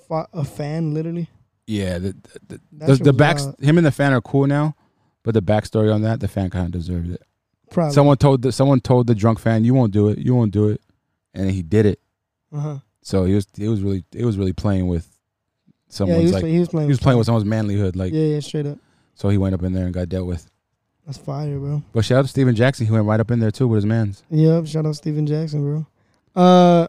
A: fought a fan literally?
C: yeah, the the,
A: That
C: the,
A: shit
C: the
A: was
C: backs
A: wild.
C: him and the fan are cool now. But the backstory on that, the fan kind of deserved it.
A: Probably.
C: Someone told the, someone told the drunk fan, "You won't do it. You won't do it," and then he did it.
A: uh-huh.
C: So he was he was really it was really playing with
A: Yeah,
C: someone's
A: he was,
C: like
A: play- he was playing.
C: he was playing with someone's manlyhood. Like
A: yeah, yeah, straight up.
C: so he went up in there and got dealt with.
A: That's fire, bro.
C: But shout out to Steven Jackson, he went right up in there too with his man's.
A: Yep, shout out Steven Jackson, bro. Uh,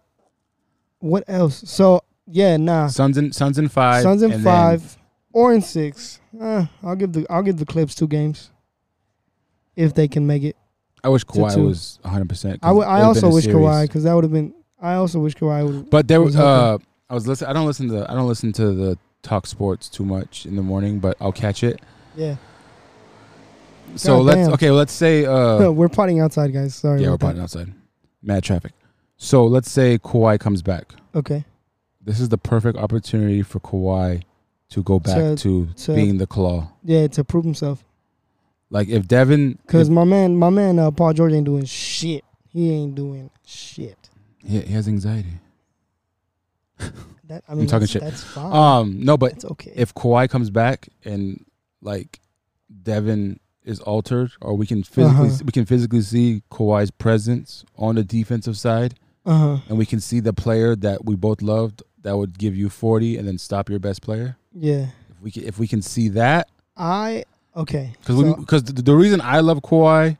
A: what else? So yeah, nah.
C: Suns in Suns in five.
A: Ah. Suns in
C: and then-
A: five or in six. Eh, I'll give the I'll give the Clips two games if they can make it.
C: I wish Kawhi
A: two.
C: was 100. percent
A: I would- I also wish Kawhi because that would have been. I also wish Kawhi would.
C: But there
A: It
C: was
A: was
C: uh, I was listen. I don't listen to I don't listen to the talk sports too much in the morning, but I'll catch it.
A: Yeah,
C: So
A: God
C: let's
A: damn.
C: okay. Let's say
A: (laughs)
C: uh,
A: we're potting outside, guys. Sorry.
C: yeah, we're
A: about
C: potting outside, mad traffic. So let's say Kawhi comes back.
A: that. Okay.
C: This is the perfect opportunity for Kawhi to go back
A: To-
C: to,
A: to-
C: being the claw.
A: Yeah, to prove himself,
C: Like if Devin,
A: cause my man, my man, uh, Paul George ain't doing shit. He ain't doing shit.
C: he, he has anxiety.
A: That I mean,
C: talking
A: that's,
C: shit.
A: that's fine.
C: Um, no, but
A: that's okay.
C: if Kawhi comes back and like Devin is altered, or we can physically
A: Uh-huh.
C: we can physically see Kawhi's presence on the defensive side,
A: uh huh.
C: and we can see the player that we both loved that would give you forty and then stop your best player.
A: Yeah.
C: If we can, if we can see that,
A: I okay.
C: Because
A: so-
C: because the, the reason I love Kawhi,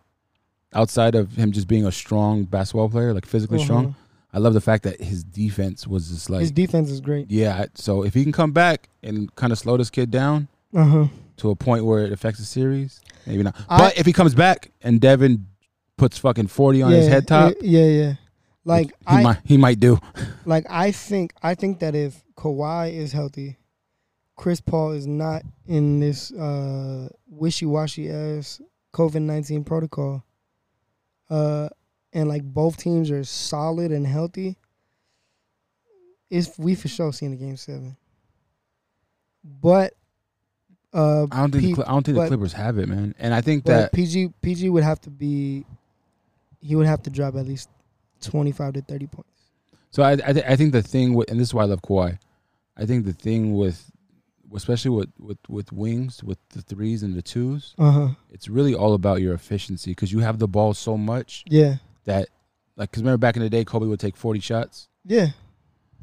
C: outside of him just being a strong basketball player, like physically strong, I love the fact that his defense was just like,
A: Uh-huh. his defense is great.
C: yeah. I- So if he can come back and kind of slow this kid down
A: Uh huh.
C: to a point where it affects the series, maybe not.
A: I-
C: but if he comes back and Devin puts fucking forty on his head top,
A: Yeah, yeah. yeah. Like
C: he
A: I
C: might he might do.
A: like I think I think that if Kawhi is healthy, Chris Paul is not in this uh, wishy washy ass COVID nineteen protocol, uh, and like both teams are solid and healthy. If we for sure seen the game seven, but uh,
C: I don't think
A: P-
C: the, Cl- I don't think the
A: but-
C: Clippers have it, man. And I think
A: But
C: that
A: PG PG would have to be, he would have to drop at least twenty five to thirty points.
C: So I I, th- I think the thing with and this is why I love Kawhi. I think the thing with especially with with with wings with the threes and the twos,
A: Uh huh.
C: it's really all about your efficiency because you have the ball so much
A: Yeah.
C: that like because remember back in the day Kobe would take forty shots
A: Yeah.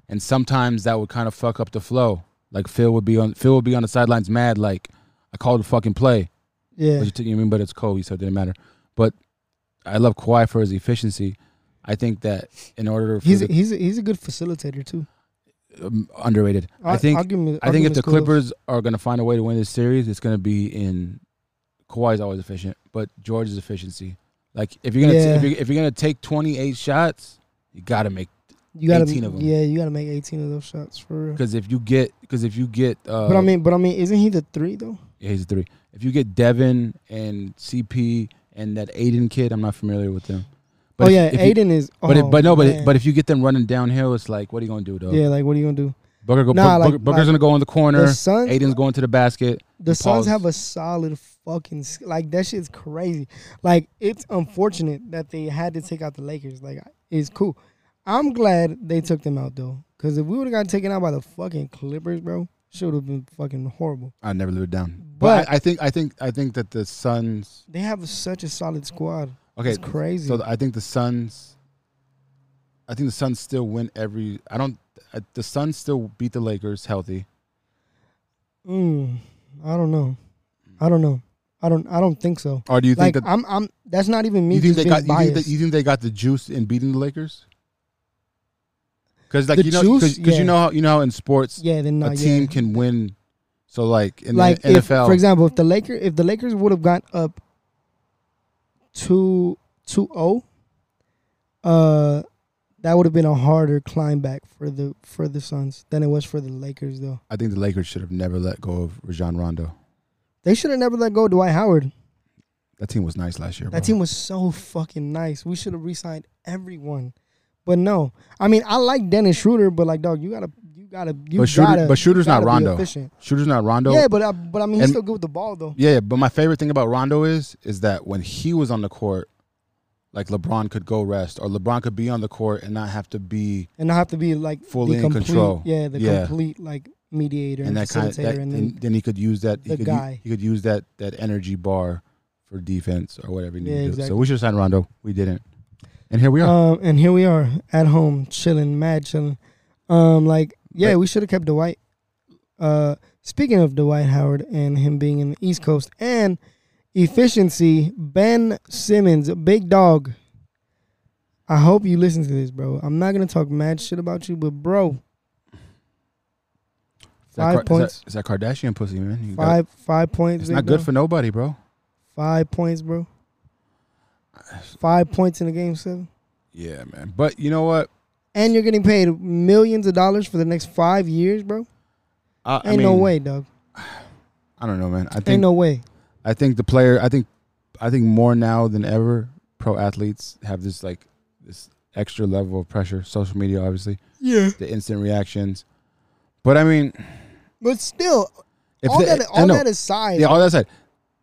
C: and sometimes that would kind of fuck up the flow. Like Phil would be on Phil would be on the sidelines mad like I called a fucking play.
A: Yeah.
C: But you, took- you mean, but it's Kobe, so it didn't matter. But I love Kawhi for his efficiency. I think that in order for
A: He's a,
C: the-
A: he's a, he's a good facilitator too.
C: um, underrated, I, think
A: give him,
C: I think if the Clippers are going to find a way to win this series, it's going to be in Kawhi's always efficient, but George's efficiency. Like if you're gonna
A: Yeah.
C: if, you're, if you're gonna take 28 shots, you got to make
A: you gotta,
C: 18 of 'em.
A: Yeah, you gotta make eighteen of those shots for real.
C: because if you get because if you get uh,
A: but I mean, but I mean, isn't he the three though?
C: yeah, he's a three. If you get Devin and CP and that Aiden kid, I'm not familiar with them.
A: oh
C: if-
A: yeah,
C: if you-
A: Aiden is. Oh,
C: but it, but no, but
A: man.
C: it, but if you get them running downhill, it's like what are you gonna do though?
A: yeah, like what are you gonna do?
C: Booker go,
A: Nah,
C: Book-
A: like-
C: Booker- Booker's
A: like-
C: gonna go in the corner.
A: The Suns,
C: Aiden's going to the basket.
A: the Suns
C: Pause.
A: have a solid fucking s- like that shit's crazy. Like it's unfortunate that they had to take out the Lakers. Like it's cool. I'm glad they took them out though, because if we would have got taken out by the fucking Clippers, bro, should have been fucking horrible.
C: I never live it down. But,
A: But-
C: I, I think I think I think that the Suns.
A: They have such a solid squad.
C: Okay,
A: it's crazy.
C: so I think the Suns. I think the Suns still win every. I don't. I, the Suns still beat the Lakers healthy.
A: Mm, I don't know. I don't know. I don't. I don't think so.
C: Or do you
A: Like
C: think that
A: I'm. I'm. That's not even me.
C: you think
A: just
C: they got?
A: being
C: You think, that,
A: biased.
C: you think they got the juice in beating the Lakers? Because like
A: The
C: you know,
A: juice?
C: because
A: Yeah.
C: you know how you know how in sports
A: yeah. Then
C: a
A: not.
C: team
A: Yeah.
C: can win. So like in
A: Like
C: the
A: if,
C: NFL,
A: for example, if the Lakers, if the Lakers would have got up two two zero, uh, that would have been a harder climb back for the for the Suns than it was for the Lakers. Though
C: I think the Lakers should have never let go of Rajon Rondo.
A: they should have never let go of Dwight Howard.
C: That team was nice last year.
A: That
C: bro.
A: team was so fucking nice. We should have re-signed everyone. But no, I mean I like Dennis Schroeder, but like dog, you gotta, you gotta, you
C: But Schroeder-
A: gotta.
C: but Schroeder's
A: gotta
C: not
A: be
C: Rondo.
A: efficient.
C: Shooter's not Rondo.
A: Yeah, but I, but I mean he's
C: And-
A: still good with the ball though.
C: Yeah, but my favorite thing about Rondo is is that when he was on the court, like LeBron could go rest or LeBron could be on the court and not have to be
A: And I have to be like the
C: Fully in
A: complete,
C: control.
A: Yeah, the
C: Yeah.
A: complete like mediator
C: and
A: and,
C: that kind of
A: facilitator,
C: that,
A: and
C: and
A: then
C: then he could use that
A: the
C: he could u-
A: guy.
C: he could use that that energy bar for defense or whatever he needed
A: Yeah,
C: to do. So
A: exactly.
C: we should sign Rondo. We didn't. And here we are.
A: um, and here we are at home chilling, mad chilling. Um, like yeah,
C: Like-
A: we should have kept Dwight. Uh, speaking of Dwight Howard and him being in the East Coast and efficiency, Ben Simmons, big dog. I hope you listen to this, bro. I'm not gonna talk mad shit about you, but bro,
C: Is
A: five
C: that Kar- is that-
A: points.
C: Is that, Kardashian pussy, man? You got-
A: five five points.
C: it's
A: big
C: not good
A: dog.
C: for nobody, bro.
A: five points, bro. Five points in the game seven.
C: Yeah, man. But you know what?
A: and you're getting paid millions of dollars for the next five years, bro.
C: I, I
A: Ain't no
C: mean,
A: way, dog.
C: I don't know, man. I
A: Ain't
C: think
A: no way.
C: I think the player. I think, I think more now than ever, pro athletes have this like this extra level of pressure. Social media, obviously,
A: Yeah,
C: the instant reactions. But I mean,
A: but still,
C: if
A: all
C: the-
A: that
C: I
A: all
C: know.
A: that aside,
C: yeah, all that aside,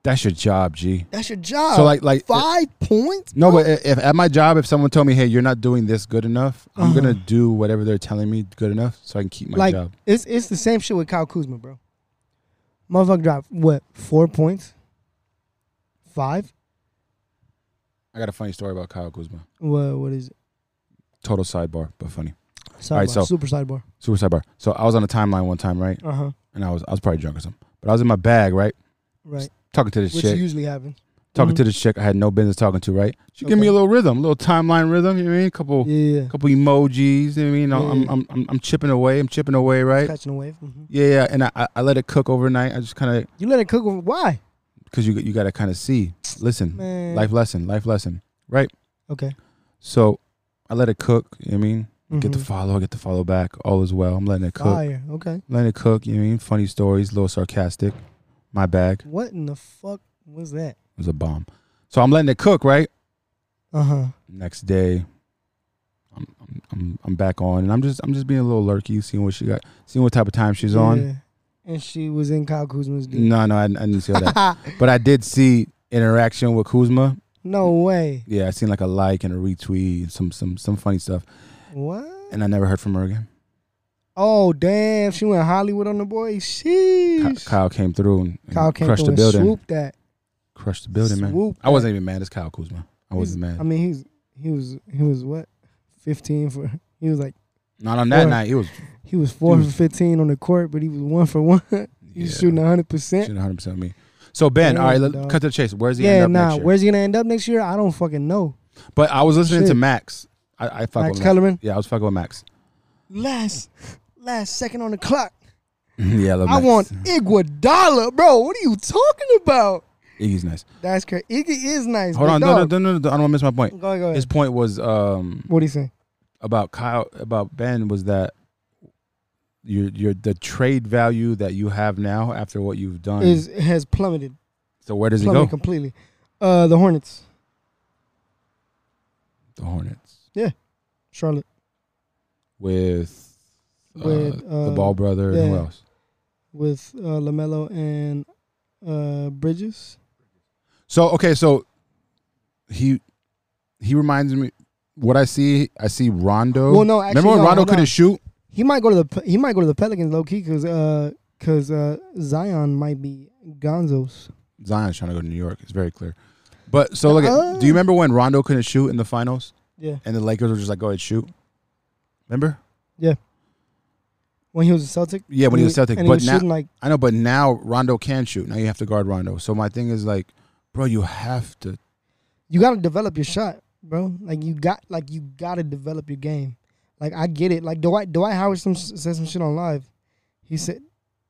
C: that's your job, G.
A: that's your job.
C: So, like- like-
A: five points.
C: No,
A: bro?
C: but if at my job, if someone told me, "Hey, you're not doing this good enough," I'm gonna do whatever they're telling me good enough, so I can keep my
A: Uh-huh. like
C: job.
A: it's it's the same shit with Kyle Kuzma, bro. Motherfucker dropped what four points? Five?
C: I got a funny story about Kyle Kuzma.
A: What what is it?
C: Total sidebar, but funny.
A: Sidebar,
C: All right, so-
A: super sidebar.
C: Super sidebar. So I was on a timeline one time, right?
A: Uh huh.
C: and I was I was probably drunk or something. But I was in my bag, right?
A: Right.
C: talking to this
A: Which
C: chick,
A: usually happens.
C: talking
A: mhm.
C: to this chick I had no business talking to, right? She give me
A: Okay.
C: a little rhythm, a little timeline rhythm. You know what I mean? couple,
A: Yeah.
C: couple emojis. You know what I mean? I'm,
A: Yeah.
C: I'm, I'm, I'm chipping away. I'm chipping away, right?
A: Catching a wave. hmm
C: Yeah, yeah. And I, I, I let it cook overnight. I just kind of
A: You let it cook. with- Why?
C: because you, you got to kind of see, listen,
A: Man.
C: life lesson, life lesson, right?
A: Okay.
C: So I let it cook. You know what I mean? Get the
A: Mhm.
C: follow, get the follow back. All is well. I'm letting it cook.
A: fire. Okay.
C: Letting it cook. You know what I mean? Funny stories, a little sarcastic. My bag
A: What in the fuck was that?
C: It was a bomb. So I'm letting it cook, right?
A: Uh huh.
C: next day I'm, I'm I'm I'm back on and I'm just I'm just being a little lurky, seeing what she got, seeing what type of time she's on.
A: And she was in Kyle Kuzma's dick.
C: No, no, I, I didn't see all that,
A: (laughs)
C: but I did see interaction with Kuzma.
A: no way.
C: Yeah, I seen like a like and a retweet, some some some funny stuff,
A: What?
C: and I never heard from her again.
A: Oh damn! She went Hollywood on the boy.
C: Ky-
A: Sheesh.
C: Kyle came through and, and
A: Kyle came
C: crushed
A: through
C: the
A: and
C: building,
A: swooped that.
C: crushed the building, man.
A: Swooped
C: I wasn't even mad. It's Kyle Kuzma. I wasn't
A: He's-
C: mad.
A: I mean, he's he was he was what, fifteen for he was like
C: Not on that
A: Or-
C: night. It was
A: he was four
C: Dude.
A: for fifteen on the court, but he was one for one. (laughs) He's
C: yeah,
A: shooting hundred percent.
C: shooting 100 percent me. So Ben,
A: Damn,
C: all right, let,
A: dog.
C: cut to the chase. Where's he end
A: Yeah,
C: up next
A: nah.
C: year?
A: Where's he gonna end up next year? I don't fucking know.
C: But I was listening to
A: Shit.
C: Max. I, I fuck
A: Max
C: with
A: Kellerman.
C: Yeah, I was fucking
A: (laughs)
C: with Max.
A: Last last second on the clock.
C: yeah, I love
A: I
C: Max.
A: want Iguodala, bro. What are you talking about?
C: Iggy's nice.
A: That's crazy. Iggy is nice.
C: Hold
A: but
C: on, no, no,
A: dog-
C: no, no, no, I don't want to miss my point.
A: Go ahead, go ahead.
C: His point was um
A: what do you say?
C: about Kyle, about Ben, was that your your the trade value that you have now after what you've done.
A: Is has plummeted,
C: so where does he go?
A: plummeted completely. Uh, the Hornets,
C: the Hornets
A: Charlotte.
C: with, uh,
A: With,
C: the
A: uh,
C: Ball brother and who
A: yeah.
C: else?
A: with uh, Lamelo and uh, Bridges.
C: So okay, so he he reminds me what I see. I see Rondo.
A: Well, no, actually,
C: remember when
A: no,
C: Rondo
A: hold
C: couldn't
A: on.
C: shoot?
A: He might go to the Pe- he might go to the Pelicans low key because uh, cause, uh, Zion might be Gonzo's.
C: Zion's trying to go to New York. It's very clear. But so look, at, do
A: Uh.
C: you remember when Rondo couldn't shoot in the finals
A: Yeah,
C: and the Lakers were just like, go ahead, shoot? Remember?
A: when he was a Celtic.
C: Yeah, when he was Celtic.
A: and
C: But
A: he was
C: now-
A: shooting like
C: I know, but now Rondo can shoot. Now you have to guard Rondo. So my thing is like, bro, you have to.
A: you got to develop your shot, bro. Like you got like you got to develop your game. Like I get it. Like Dwight Dwight Howard some said some shit on live. He said,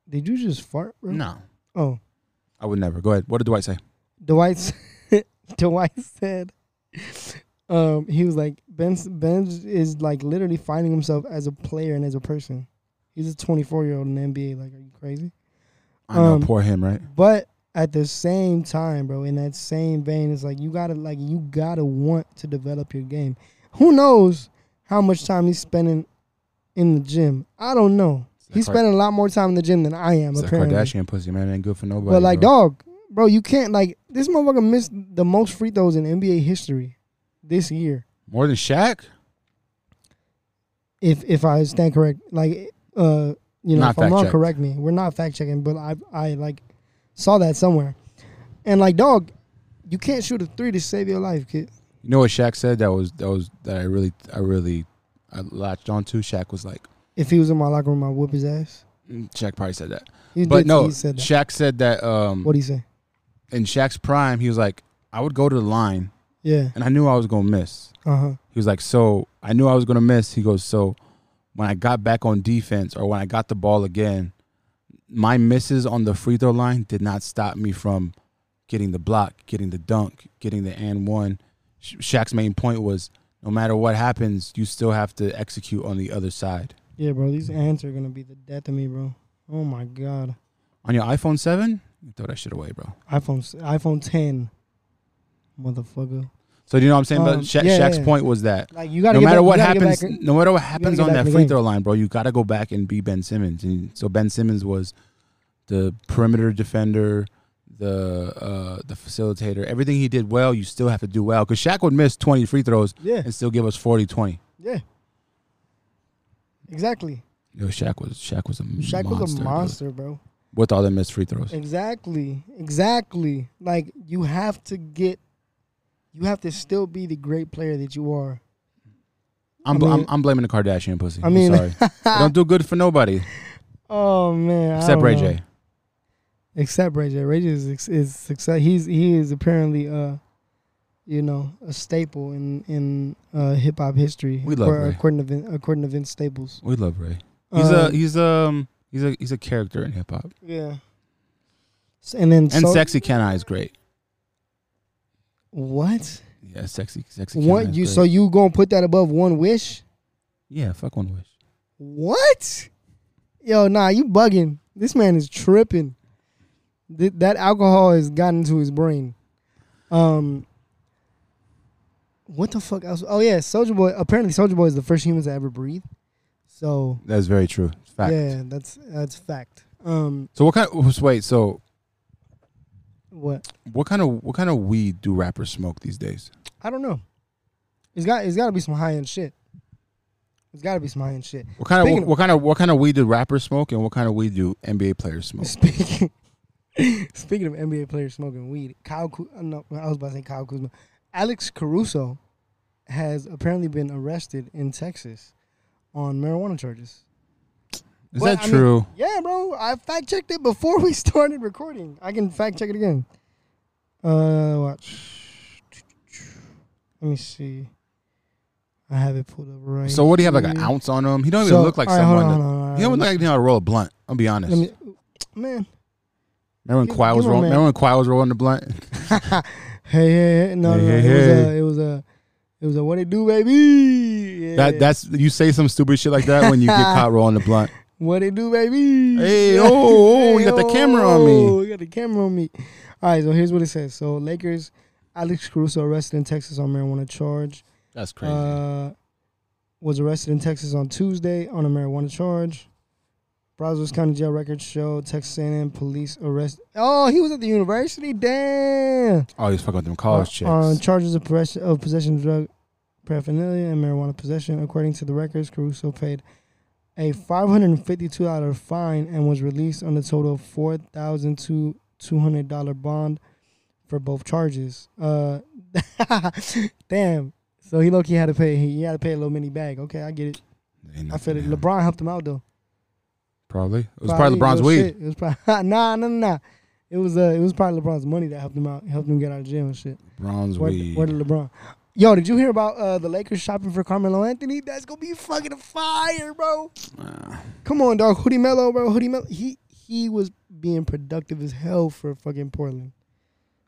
A: "Did you just fart, bro?"
C: No,
A: Oh,
C: I would never. Go ahead. What did Dwight say?
A: Dwight s- (laughs) Dwight said um he was like Ben Ben is like literally finding himself as a player and as a person. He's a 24 year old in the NBA. Like, are you crazy?
C: I know,
A: Um,
C: poor him, right?
A: But at the same time, bro, in that same vein, it's like you gotta like you gotta want to develop your game. Who knows how much time he's spending in the gym? I don't know.
C: that
A: He's
C: Kar-
A: spending a lot more time in the gym than I am.
C: It's a
A: apparently,
C: Kardashian pussy, man. It ain't good for nobody.
A: but like,
C: bro.
A: dog, bro, you can't like this motherfucker missed the most free throws in NBA history this year.
C: More than Shaq?
A: If if I stand correct, like, uh, you know,
C: Not
A: if I'm wrong,
C: fact-checked.
A: correct me. We're not fact checking, but I I like saw that somewhere, and like, dog, you can't shoot a three to save your life, kid.
C: You know what Shaq said? That was, that was, that I really, I really, I latched onto. Shaq was like,
A: If he was in my locker room, I'd whoop his ass.
C: mm, Shaq probably said that.
A: He
C: But
A: did-
C: no,
A: he said that.
C: Shaq said that, um,
A: what do you say?
C: in Shaq's prime, he was like, I would go to the line
A: Yeah,
C: and I knew I was gonna miss.
A: uh huh.
C: He was like, so I knew I was gonna miss. He goes, so when I got back on defense or when I got the ball again, my misses on the free throw line did not stop me from getting the block, getting the dunk, getting the and one. Sha- Shaq's main point was no matter what happens, you still have to execute on the other side.
A: Yeah, bro, these ants are gonna be the death of me, bro. Oh my god,
C: On your iPhone seven, throw that shit away, bro.
A: iPhone s- iPhone 10, motherfucker.
C: So do you know what I'm saying?
A: Um,
C: but Sha-
A: yeah,
C: Shaq's
A: yeah.
C: point was that
A: Like you gotta
C: no
A: get
C: matter
A: back- you
C: what
A: gotta get
C: happens,
A: back-
C: no matter what happens
A: get
C: on
A: back in
C: that
A: the
C: free
A: game.
C: throw line, bro, you got to go back and be Ben Simmons. And so Ben Simmons was the perimeter defender, the uh, the facilitator. Everything he did well, you still have to do well because Shaq would miss twenty free throws
A: Yeah,
C: and still give us 40-20.
A: yeah. Exactly.
C: Yo, Shaq was Shaq was a
A: Shaq
C: monster,
A: was a
C: bro,
A: monster, bro.
C: with all the missed free throws.
A: Exactly. Exactly. Like you have to get you have to still be the great player that you are.
C: I'm,
A: I
C: bl-
A: mean-
C: I'm I'm blaming the Kardashian pussy.
A: I mean
C: I'm sorry, They don't do good for nobody
A: Oh man. (laughs) I
C: except
A: don't
C: Ray
A: know.
C: J.
A: except Ray J. Ray J is ex- is success. He's he is apparently uh, you know, a staple in in uh, hip hop history.
C: We love
A: accor-
C: Ray.
A: according to Vin, according to Vince Staples.
C: We love Ray. He's a
A: Um,
C: he's um he's a he's a character in hip hop.
A: yeah. S- And then
C: And
A: so,
C: sexy Can I is great.
A: What?
C: Yeah, sexy sexy. Can I
A: What
C: is
A: you
C: great.
A: so you gonna put that above one wish?
C: yeah, fuck one wish.
A: What? Yo, nah, you bugging. This man is tripping. Th- that alcohol has gotten to his brain. Um, what the fuck else? Oh yeah, Soldier Boy. Apparently, Soldier Boy is the first humans to ever breathe. So
C: That's very true. Fact.
A: yeah, that's that's fact. Um,
C: So what kind? Of, wait. So
A: what?
C: what kind of what kind of weed do rappers smoke these days?
A: I don't know. It's got it's got to be some high end shit. It's got to be some high end shit.
C: What kind of
A: Speaking
C: what,
A: of-
C: what kind of what kind of weed do rappers smoke, and what kind of weed do NBA players smoke?
A: Speaking, (laughs) speaking of NBA players smoking weed, Kyle. Ku- uh, no, I was about to say Kyle Kuzma. Alex Caruso has apparently been arrested in Texas on marijuana charges.
C: Is
A: Well,
C: that
A: I mean-
C: true?
A: Yeah, bro. I fact checked it before (laughs) we started recording. I can fact check it again. Uh, watch. Let me see. I have it pulled up right.
C: so what do you have like an
A: here.
C: ounce on him? He don't even
A: So,
C: look like
A: all right,
C: someone.
A: hold on,
C: that,
A: hold on, all
C: he don't
A: right,
C: look like he know how to roll a blunt. I'll be honest.
A: let me- man.
C: remember
A: give-
C: when Kawhi
A: give
C: was
A: him a
C: rolling?
A: minute.
C: Remember when Kawhi was rolling the blunt?
A: Hey, hey, hey. No, no,
C: Hey,
A: no.
C: hey,
A: it was
C: hey.
A: a, it was a, it was a what it do, baby. Yeah.
C: That that's you say some stupid shit like that
A: (laughs)
C: when you get caught rolling the blunt.
A: what it do, baby. (laughs) oh,
C: Hey, oh, oh, you got the camera on me.
A: You got the camera on me. All right, so here's what it says. So Lakers, Alex Caruso arrested in Texas on marijuana charge.
C: That's crazy.
A: Uh, was arrested in Texas on Tuesday on a marijuana charge. Brazos County jail records show Texas A&M police arrest. Oh, he was at the university. Damn.
C: oh, he's fucking with them college chicks.
A: on Uh, charges of possession of possession of drug paraphernalia and marijuana possession. According to the records, Caruso paid a five hundred and fifty-two dollar fine and was released on a total of four thousand two two hundred dollar bond for both charges. Uh, (laughs) damn. So he low key had to pay. He had to pay a little mini bag. Okay, I get it.
C: Ain't
A: uh, I feel
C: nothing
A: it.
C: happened.
A: LeBron helped him out though.
C: Probably it was part of LeBron's
A: real
C: weed.
A: shit. It was probably (laughs) nah, nah, nah. nah. It was uh, it was probably LeBron's money that helped him out, helped him get out of jail and shit.
C: LeBron's
A: Where,
C: weed.
A: where did LeBron? Yo, did you hear about uh, the Lakers shopping for Carmelo Anthony? That's gonna be fucking fire, bro.
C: Ah.
A: Come on, dog. Hoodie Mello, bro. Hoodie Mello. He he was being productive as hell for fucking Portland.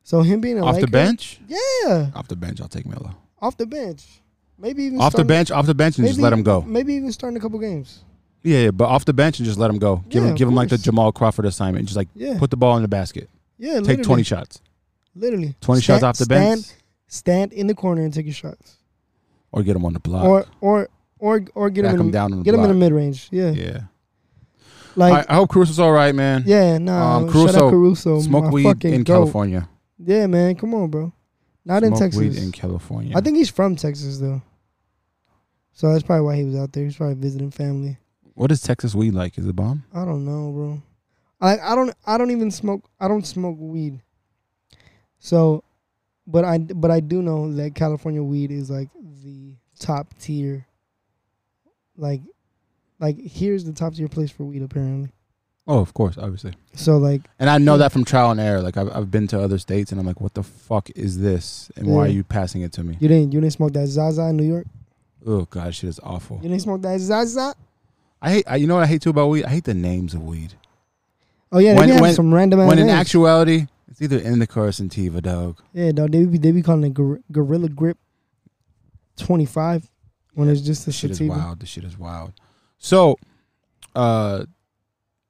A: So him being a
C: off the
A: Laker-
C: bench.
A: yeah,
C: Off the bench, I'll take Melo.
A: off the bench, maybe even
C: Off the
A: starting-
C: bench, off the bench, and just
A: maybe-
C: let him go.
A: Maybe even starting a couple games.
C: Yeah, yeah, but off the bench and just let him go. Give
A: Yeah,
C: him,
A: of
C: give him like the
A: course.
C: Jamal Crawford assignment. Just like
A: Yeah.
C: put the ball in the basket.
A: Yeah,
C: Take
A: literally,
C: twenty shots.
A: Literally,
C: Twenty
A: Stand-
C: shots off the
A: stand,
C: bench,
A: Stand in the corner and take your shots,
C: or get him on the block.
A: or or or or get him,
C: Back him
A: in the,
C: down on the
A: get him in
C: block.
A: the mid range. Yeah,
C: yeah.
A: like
C: I, I hope Caruso's all right, man.
A: Yeah, nah.
C: Um,
A: shout
C: Caruso,
A: out Caruso. my
C: Smoke weed
A: fucking
C: in
A: goat.
C: California.
A: Yeah, man. Come on, bro. Not in
C: Smoke
A: Texas.
C: weed in California.
A: I think he's from Texas though. So that's probably why he was out there. He's probably visiting family.
C: What is Texas weed like? Is it bomb?
A: I don't know, bro. I I don't I don't even smoke I don't smoke weed. So but I but I do know that California weed is like the top tier. Like like here's the top tier place for weed apparently.
C: Oh, of course, obviously.
A: So like
C: And I know
A: Yeah.
C: that from trial and error. Like I've, I've been to other states, and I'm like, what the fuck is this? And why are
A: Yeah.
C: you passing it to me?
A: you didn't you didn't smoke that Zaza in New York?
C: Oh god, shit is awful.
A: You didn't smoke that Zaza?
C: I hate. I, you know what I hate too about weed? I hate the names of weed.
A: Oh yeah, they
C: When-
A: be having
C: when-
A: some random ass
C: When in
A: names.
C: actuality, it's either indica or sativa, dog.
A: yeah, dog, they be they be calling it gor- Gorilla Grip twenty five when it's just a
C: This shit is
A: sativa.
C: wild. This shit is wild. So, uh,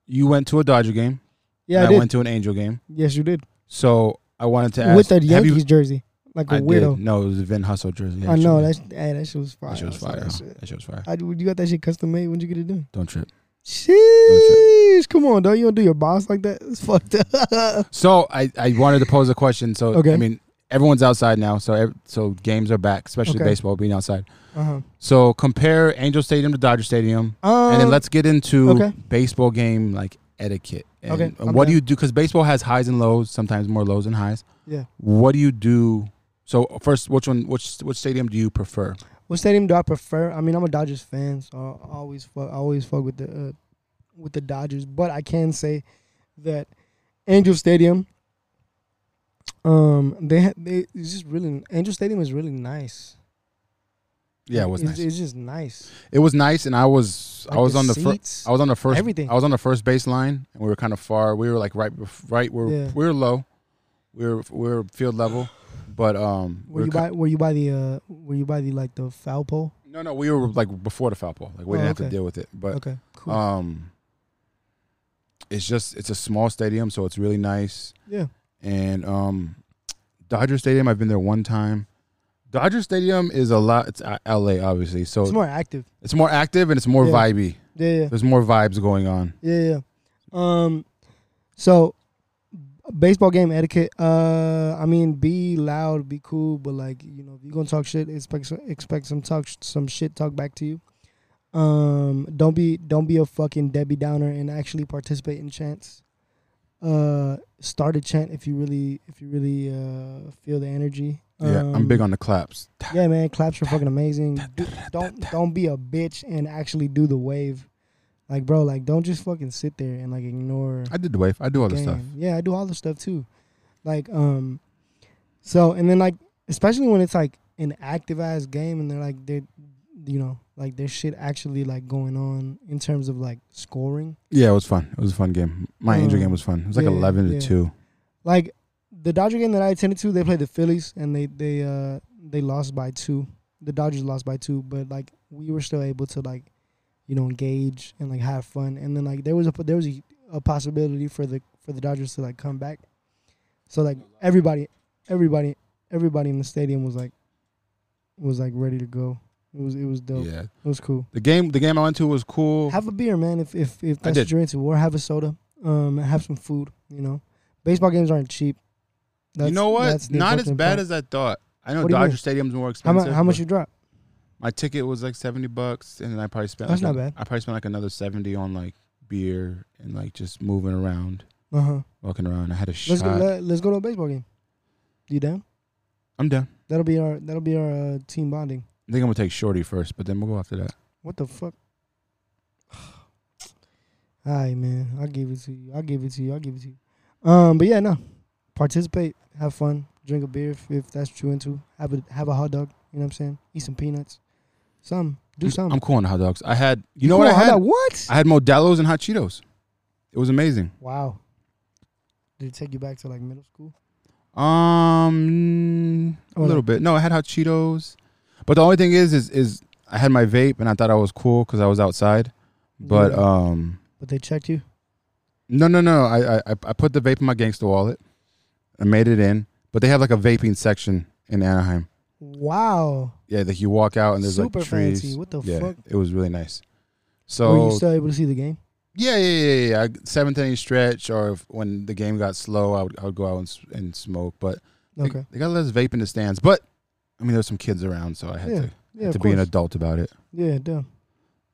C: you went to a Dodger game.
A: Yeah,
C: and
A: I did.
C: went to an Angel game.
A: yes, you did
C: So I wanted to ask
A: with the
C: have you-
A: Yankees jersey, like a
C: I
A: weirdo.
C: did. No, it was a Vin Hustle jersey.
A: I know
C: actually.
A: that's hey, that shit was fire.
C: That shit was
A: I saw
C: fire.
A: that shit.
C: That shit was fire.
A: I, you got that shit custom made. When'd you get it done?
C: Don't trip.
A: Sheesh! Come on, dog. You don't do your boss like that. It's fucked up. (laughs) Uh-huh.
C: So I, I wanted to pose a question. So
A: Okay.
C: I mean, everyone's outside now. So ev- so games are back, especially
A: Okay.
C: baseball being outside.
A: uh-huh.
C: So compare Angel Stadium to Dodger Stadium, and then
A: Um,
C: let's get into
A: okay.
C: baseball game like etiquette. And,
A: Okay,
C: and
A: I'm
C: what do
A: down.
C: you do? Because baseball has highs and lows, sometimes more lows than highs.
A: Yeah.
C: What do you do? So first, which one? Which which stadium do you prefer?
A: What stadium do I prefer? I mean, I'm a Dodgers fan, so I always fuck, I always fuck with the uh, with the Dodgers. But I can say that Angel Stadium. Um, they ha- they it's just really Angel Stadium is really nice.
C: Yeah, it was
A: it's,
C: nice.
A: It's just nice.
C: It was nice, and I was I
A: Like
C: was on the
A: seats.
C: first I was on the first
A: Everything.
C: I was on the first baseline, and we were kind of far. We were like right bef- right we were
A: Yeah.
C: we were low, we were we were field level, but um we
A: Were you
C: ki-
A: by Were you by the uh Were you by the like the foul pole?
C: no no we were like before the foul pole like we
A: Oh,
C: didn't have
A: okay.
C: to deal with it, but
A: Okay, cool.
C: um it's just it's a small stadium, so it's really nice.
A: yeah,
C: and um, Dodger Stadium. I've been there one time. Dodger Stadium is a lot. It's uh, L.A. obviously, so
A: it's
C: it's more,
A: more active.
C: active and it's more
A: Yeah.
C: vibey.
A: Yeah, yeah.
C: There's more vibes going on.
A: Yeah, yeah. Um, so baseball game etiquette. Uh, I mean, be loud, be cool, but like you know, if you're gonna talk shit, expect expect some talk some shit talk back to you. Um, don't be don't be a fucking Debbie Downer and actually participate in chants. Uh, start a chant if you really if you really uh feel the energy.
C: yeah, I'm
A: Um,
C: big on the claps.
A: yeah, man, claps are fucking amazing. Do- Don't don't be a bitch and actually do the wave, like bro. Like don't just fucking sit there and like ignore.
C: I did the wave. I do all the stuff.
A: game. Yeah, I do all the stuff too, like um, so and then like especially when it's like an active ass game and they're like they, you know, like there's shit actually like going on in terms of like scoring.
C: Yeah, it was fun. It was a fun game. My angel
A: Um,
C: game was fun. It was like
A: yeah,
C: 11 to
A: yeah.
C: two.
A: like the Dodger game that I attended to, they played the Phillies and they they uh they lost by two. The Dodgers lost by two, but like we were still able to like, you know, engage and like have fun. And then like there was a there was a, a possibility for the for the Dodgers to like come back. So like everybody, everybody, everybody in the stadium was like, was like ready to go. It was it was dope.
C: Yeah,
A: It was cool.
C: the game the game I went to was cool.
A: Have a beer, man, if if, if
C: I
A: that's what
C: did.
A: you're into, or have a soda. Um, have some food. You know, baseball games aren't cheap.
C: you know what?
A: that's the
C: Not as
A: fucking
C: bad
A: fact.
C: as I thought. I know
A: What do you
C: Dodger
A: mean?
C: Stadium's more
A: how
C: expensive.
A: much. How much
C: but
A: you drop?
C: My ticket was like seventy bucks, and then I probably spent.
A: That's
C: like,
A: not bad.
C: I probably spent like another seventy on like beer and like just moving around.
A: Uh huh.
C: walking around. I had a shot.
A: Let's go. Let, let's go to a baseball game. You down?
C: I'm down.
A: That'll be our that'll be our uh, team bonding.
C: I think I'm gonna take Shorty first, but then we'll go after that.
A: What the fuck? (sighs) All right, man. I'll give it to you. I'll give it to you. I'll give it to you. Um, but yeah, no. Participate. Have fun. Drink a beer if, if that's what you into. Have a have a hot dog. You know what I'm saying? Eat some peanuts. Some. Do
C: I'm-
A: something.
C: I'm cool on hot dogs. I had, um, you know what I
A: Come on,
C: had?
A: Hot dog. What?
C: I had Modelo's and hot Cheetos. It was amazing.
A: wow. Did it take you back to like middle school?
C: Um, a
A: Oh, no.
C: little bit. No, I had hot Cheetos, but the only thing is, is, is I had my vape and I thought I was cool because I was outside. But
A: Yeah.
C: um,
A: But they checked you.
C: no, no, no. I, I, I I put the vape in my gangster wallet. I made it in, but they have like a vaping section in Anaheim.
A: Wow.
C: Yeah, like you walk out and there's
A: Super
C: like trees.
A: fancy. What the
C: yeah,
A: fuck?
C: it was really nice.
A: Were you
C: So
A: still able to see the game?
C: Yeah, yeah, yeah, yeah, yeah. Seventh inning stretch, or if, when the game got slow, I would, I would go out and, s- and smoke. But they-
A: Okay.
C: they, got less vape in the stands. But I mean, there's some kids around, so I had
A: Yeah,
C: to
A: Yeah,
C: had
A: of
C: to be an
A: course.
C: adult about it.
A: yeah, dumb.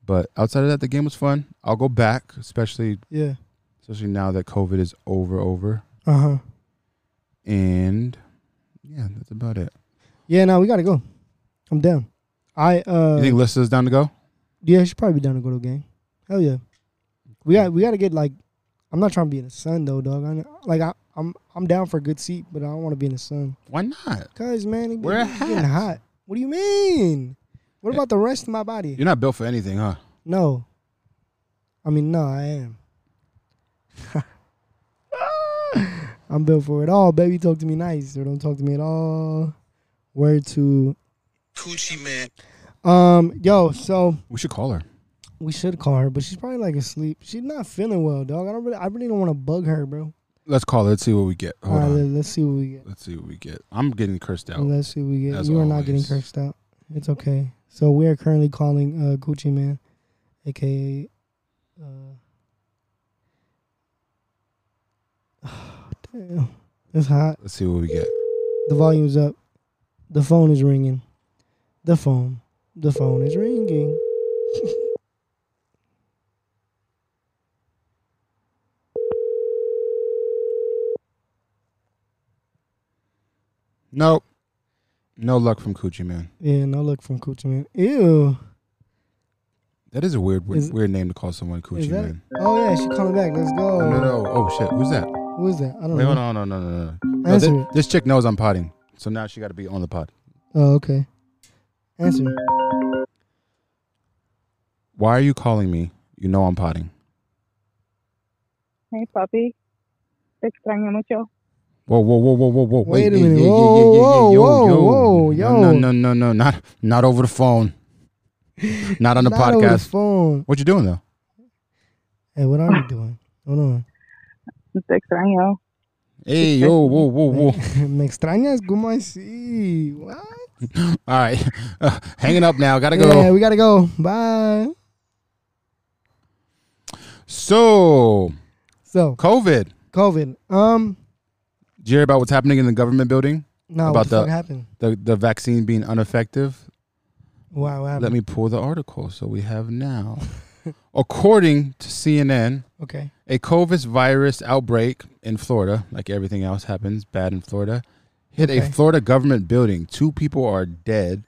C: But outside of that, the game was fun. I'll go back, especially
A: Yeah.
C: especially now that COVID is over, over,
A: Uh huh.
C: and yeah, that's about it.
A: Yeah, no, we gotta go. I'm down. I uh
C: You think Lista's down to go?
A: yeah, she's probably be down to go to a game. Hell yeah. We got we gotta get like I'm not trying to be in the sun though, dog. I, like I, I'm I'm down for a good seat, but I don't want to be in the sun.
C: Why not?
A: Cause man, it
C: Wear a
A: get- it's getting
C: hat.
A: hot. What do you mean? What
C: Yeah.
A: about the rest of my body?
C: You're not built for anything, huh?
A: No. I mean, no, I am. (laughs) I'm built for it all, baby. Talk to me nice or don't talk to me at all. Word to Coochie man. Um, yo, so
C: We should call her.
A: we should call her, but she's probably like asleep. She's not feeling well, dog. I don't really, I really don't want to bug her, bro.
C: Let's call her. Let's see what we get.
A: all
C: Hold
A: right,
C: on.
A: let- let's see what we get.
C: Let's see what we get. I'm getting cursed out.
A: Let's see what we get.
C: As
A: You are not getting
C: always.
A: cursed out. It's okay. So we are currently calling uh, Gucci Man, aka. Uh, (sighs) damn, it's hot.
C: Let's see what we get.
A: The volume's up. The phone is ringing. The phone. The phone is ringing.
C: Nope. No luck from Coochie Man.
A: Yeah, no look from Gucci Man. Ew.
C: That is a weird, weird,
A: Is-
C: weird name to call someone
A: Is
C: Coochie
A: that?
C: Man.
A: Oh yeah, she calling back. Let's go.
C: No, no. Oh shit. Who's that?
A: Who is that? I don't
C: Wait,
A: know.
C: hold on, no, no, no, no. no
A: Answer
C: thi-
A: it.
C: this chick knows I'm potting, so now she got to be on the pod.
A: Oh, okay. Answer.
C: Why are you calling me? You know I'm potting.
E: Hey, papi. Te extraño mucho.
C: Whoa, whoa, whoa, whoa, whoa, whoa!
A: Wait a
C: yeah,
A: minute.
C: yeah, yeah,
A: Whoa,
C: yeah,
A: whoa,
C: yeah,
A: whoa,
C: yo,
A: whoa,
C: yo.
A: yo.
C: No, no, no, no, not not over the phone. Not on
A: (laughs)
C: the
A: Not over the
C: podcast.
A: phone.
C: What you doing though?
A: Hey, what are you doing? Hold on.
E: Te extraño.
A: (laughs)
C: Hey, yo, whoa, whoa, whoa! (laughs)
A: Me extrañas como así. What?
C: All right, (laughs) uh, hanging up now. Gotta
A: Yeah,
C: go.
A: we gotta go. Bye.
C: So,
A: So
C: COVID.
A: COVID. Um,
C: Did you hear about what's happening in the government building?
A: now
C: About
A: what the
C: the-
A: fuck happened?
C: The the vaccine being ineffective.
A: Wow, what happened?
C: Let me pull the article. So we
A: (laughs)
C: have now, according to CNN,
A: okay.
C: a COVID virus outbreak in Florida, like everything else happens bad in Florida, hit
A: Okay.
C: a Florida government building. Two people are dead,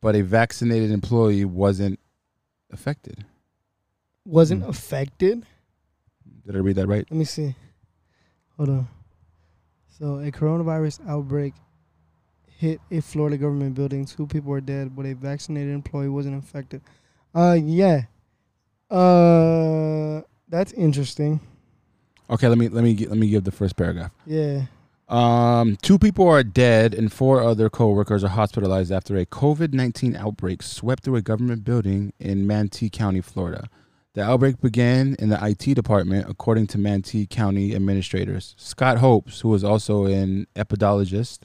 C: but a vaccinated employee wasn't affected.
A: Wasn't
C: Hmm.
A: affected.
C: Did I read that right?
A: Let me see. Hold on. So a coronavirus outbreak hit a Florida government building. Two people were dead, but a vaccinated employee wasn't infected. Uh, yeah. Uh, that's interesting.
C: Okay, let me let me gi- let me give the first paragraph.
A: Yeah.
C: Um, two people are dead and four other co-workers are hospitalized after a COVID-19 outbreak swept through a government building in Mantee County, Florida. The outbreak began in the IT department, according to Mantee County administrators. Scott Hopes, who is also an epidologist,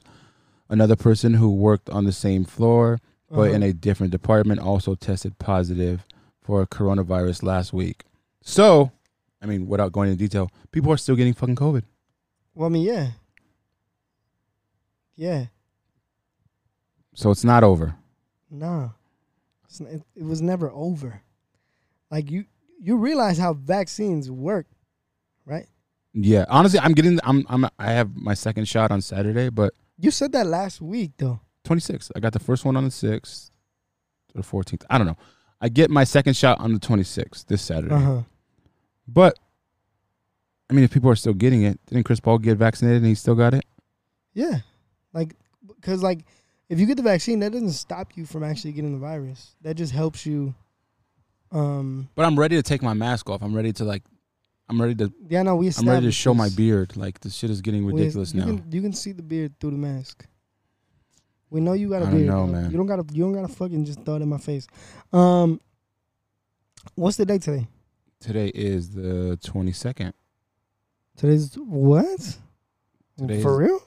C: another person who worked on the same floor but in a different department, also tested positive for coronavirus last week. So, I mean, without going into detail, people are still getting fucking COVID.
A: Well, I mean, yeah. Yeah.
C: So it's not over.
A: Nah. It's, n- it, it was never over. Like you, you realize how vaccines work, right?
C: Yeah, honestly, I'm getting. I'm. I'm. I have my second shot on Saturday, but
A: You said that last week, though.
C: 26th. I got the first one on the sixth, or 14th. I don't know. I get my second shot on the 26th this Saturday.
A: Uh huh.
C: But I mean, if people are still getting it, didn't Chris Paul get vaccinated and he still got it?
A: Yeah, like because like if you get the vaccine, that doesn't stop you from actually getting the virus. That just helps you. Um.
C: But I'm ready to take my mask off. I'm ready to like. I'm ready to.
A: Yeah. No, we.
C: I'm ready to
A: established
C: show my
A: this.
C: beard. Like this shit is getting
A: We-
C: ridiculous
A: you
C: now.
A: Can, you can see the beard through the mask. We know you got a
C: I don't
A: beard.
C: know,
A: dog.
C: man.
A: You don't gotta. You don't gotta fucking just throw it in my face. Um. What's the date today?
C: Today is the 22nd.
A: Today's what?
C: Today
A: For
C: is-
A: real?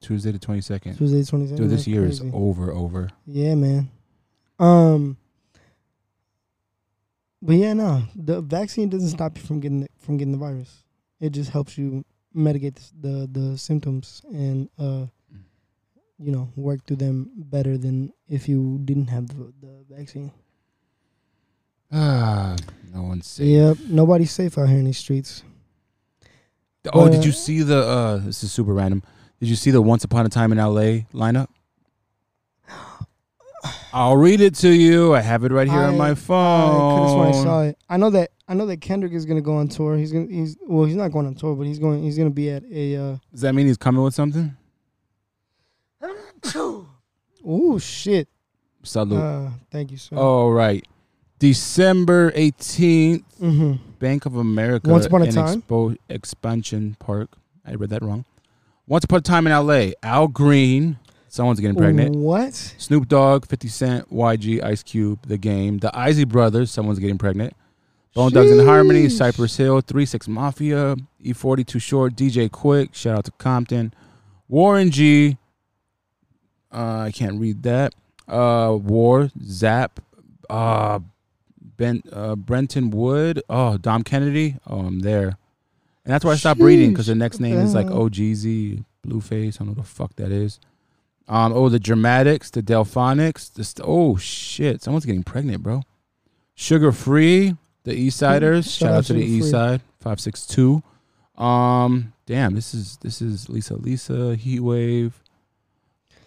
C: Tuesday the 22nd.
A: Tuesday twenty second.
C: Dude, this year is over. Over. (sighs)
A: Yeah, man. Um, but yeah, no, the vaccine doesn't stop you from getting the, from getting the virus. It just helps you mitigate the the symptoms and uh, you know, work through them better than if you didn't have the, the vaccine.
C: Ah, no one's safe.
A: Yep, nobody's safe out here in these streets.
C: Oh,
A: Uh,
C: did you see the? uh This is super random. Did you see the Once Upon a Time in L.A. lineup? (gasps) I'll read it to you. I have it right here on
A: I-
C: my
A: I could've sworn
C: phone.
A: I saw it. I know that I know that Kendrick is gonna go on tour. He's gonna he's well, he's not going on tour, but he's going he's gonna be at a. Uh,
C: Does that mean he's coming with something?
A: oh shit!
C: Salute.
A: Uh, thank you, sir.
C: All right, December eighteenth,
A: Mm-hmm.
C: Bank of America.
A: Once Upon a
C: and
A: Time?
C: Expo- Expansion Park. I read that wrong. Once Upon a Time in L.A. Al Green. Someone's getting pregnant.
A: What?
C: Snoop Dogg, 50 Cent, YG, Ice Cube, The Game, The Izzy Brothers, someone's getting pregnant, Bone Thugs and Harmony,
A: Sheesh.
C: Cypress Hill, 3 Six Mafia, E40 Too Short, DJ Quick, shout out to Compton, Warren G, uh, I can't read that, uh, War, Zap, uh, ben, uh, Brenton Wood, oh, Dom Kennedy, oh, I'm there. And that's why I stopped reading because the
A: Sheesh.
C: next name is like
A: Uh.
C: OGZ, Blueface, I don't know what the fuck that is. Um, oh, the Dramatics, the Delphonics. The st- oh shit, someone's getting pregnant, bro. Sugar Free, the East Siders.
A: (laughs) Shout
C: Shout,
A: out
C: out to the
A: Sugar
C: East
A: Free.
C: Side, five six two. Um, damn, this is this is Lisa Lisa Heat Wave.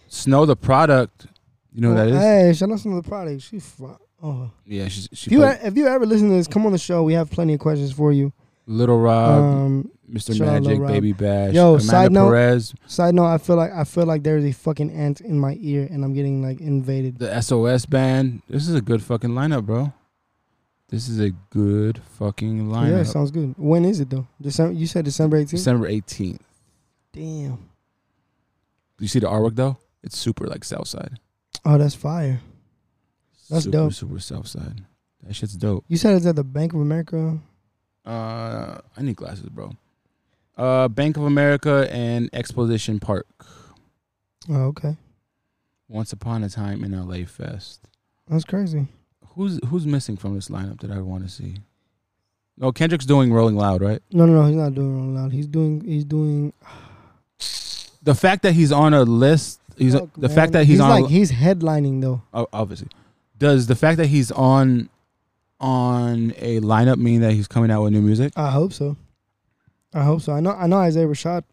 C: Snow the product, you know who that is?
A: Hey, shout out to the product. She. Fly. Oh.
C: yeah, she's she
A: If you
C: played-
A: if you ever listen to this, come on the show. We have plenty of questions for you.
C: Little Rob,
A: Um,
C: Mr.
A: shout out Lil
C: Magic,
A: Rob.
C: Baby Bash,
A: Yo,
C: Amanda
A: side note-
C: Perez,
A: side note, I feel like I feel like there's a fucking ant in my ear, and I'm getting like invaded.
C: the SOS band. This is a good fucking lineup, bro. This is a good fucking
A: yeah,
C: lineup.
A: sounds good. When is it though? December? You said December 18th.
C: December 18th.
A: Damn.
C: You see the artwork though? It's super like Southside.
A: Oh, that's fire. That's
C: super,
A: dope.
C: Super Southside. That shit's dope.
A: You said it's at the Bank of America.
C: Uh, I need glasses, bro. Uh, Bank of America and Exposition Park.
A: Oh, okay.
C: Once upon a time in LA Fest.
A: That's crazy.
C: Who's who's missing from this lineup that I want to see? No, Kendrick's doing Rolling Loud, right?
A: No, no, no. He's not doing Rolling Loud. He's doing. He's doing.
C: The fact that he's on a list, he's uh,
A: Fuck,
C: the
A: man.
C: fact that he's, on
A: like he's headlining though.
C: o- obviously does the fact that he's on on a lineup mean that he's coming out with new music?
A: I hope so. I hope so. I know. I know Isaiah Rashad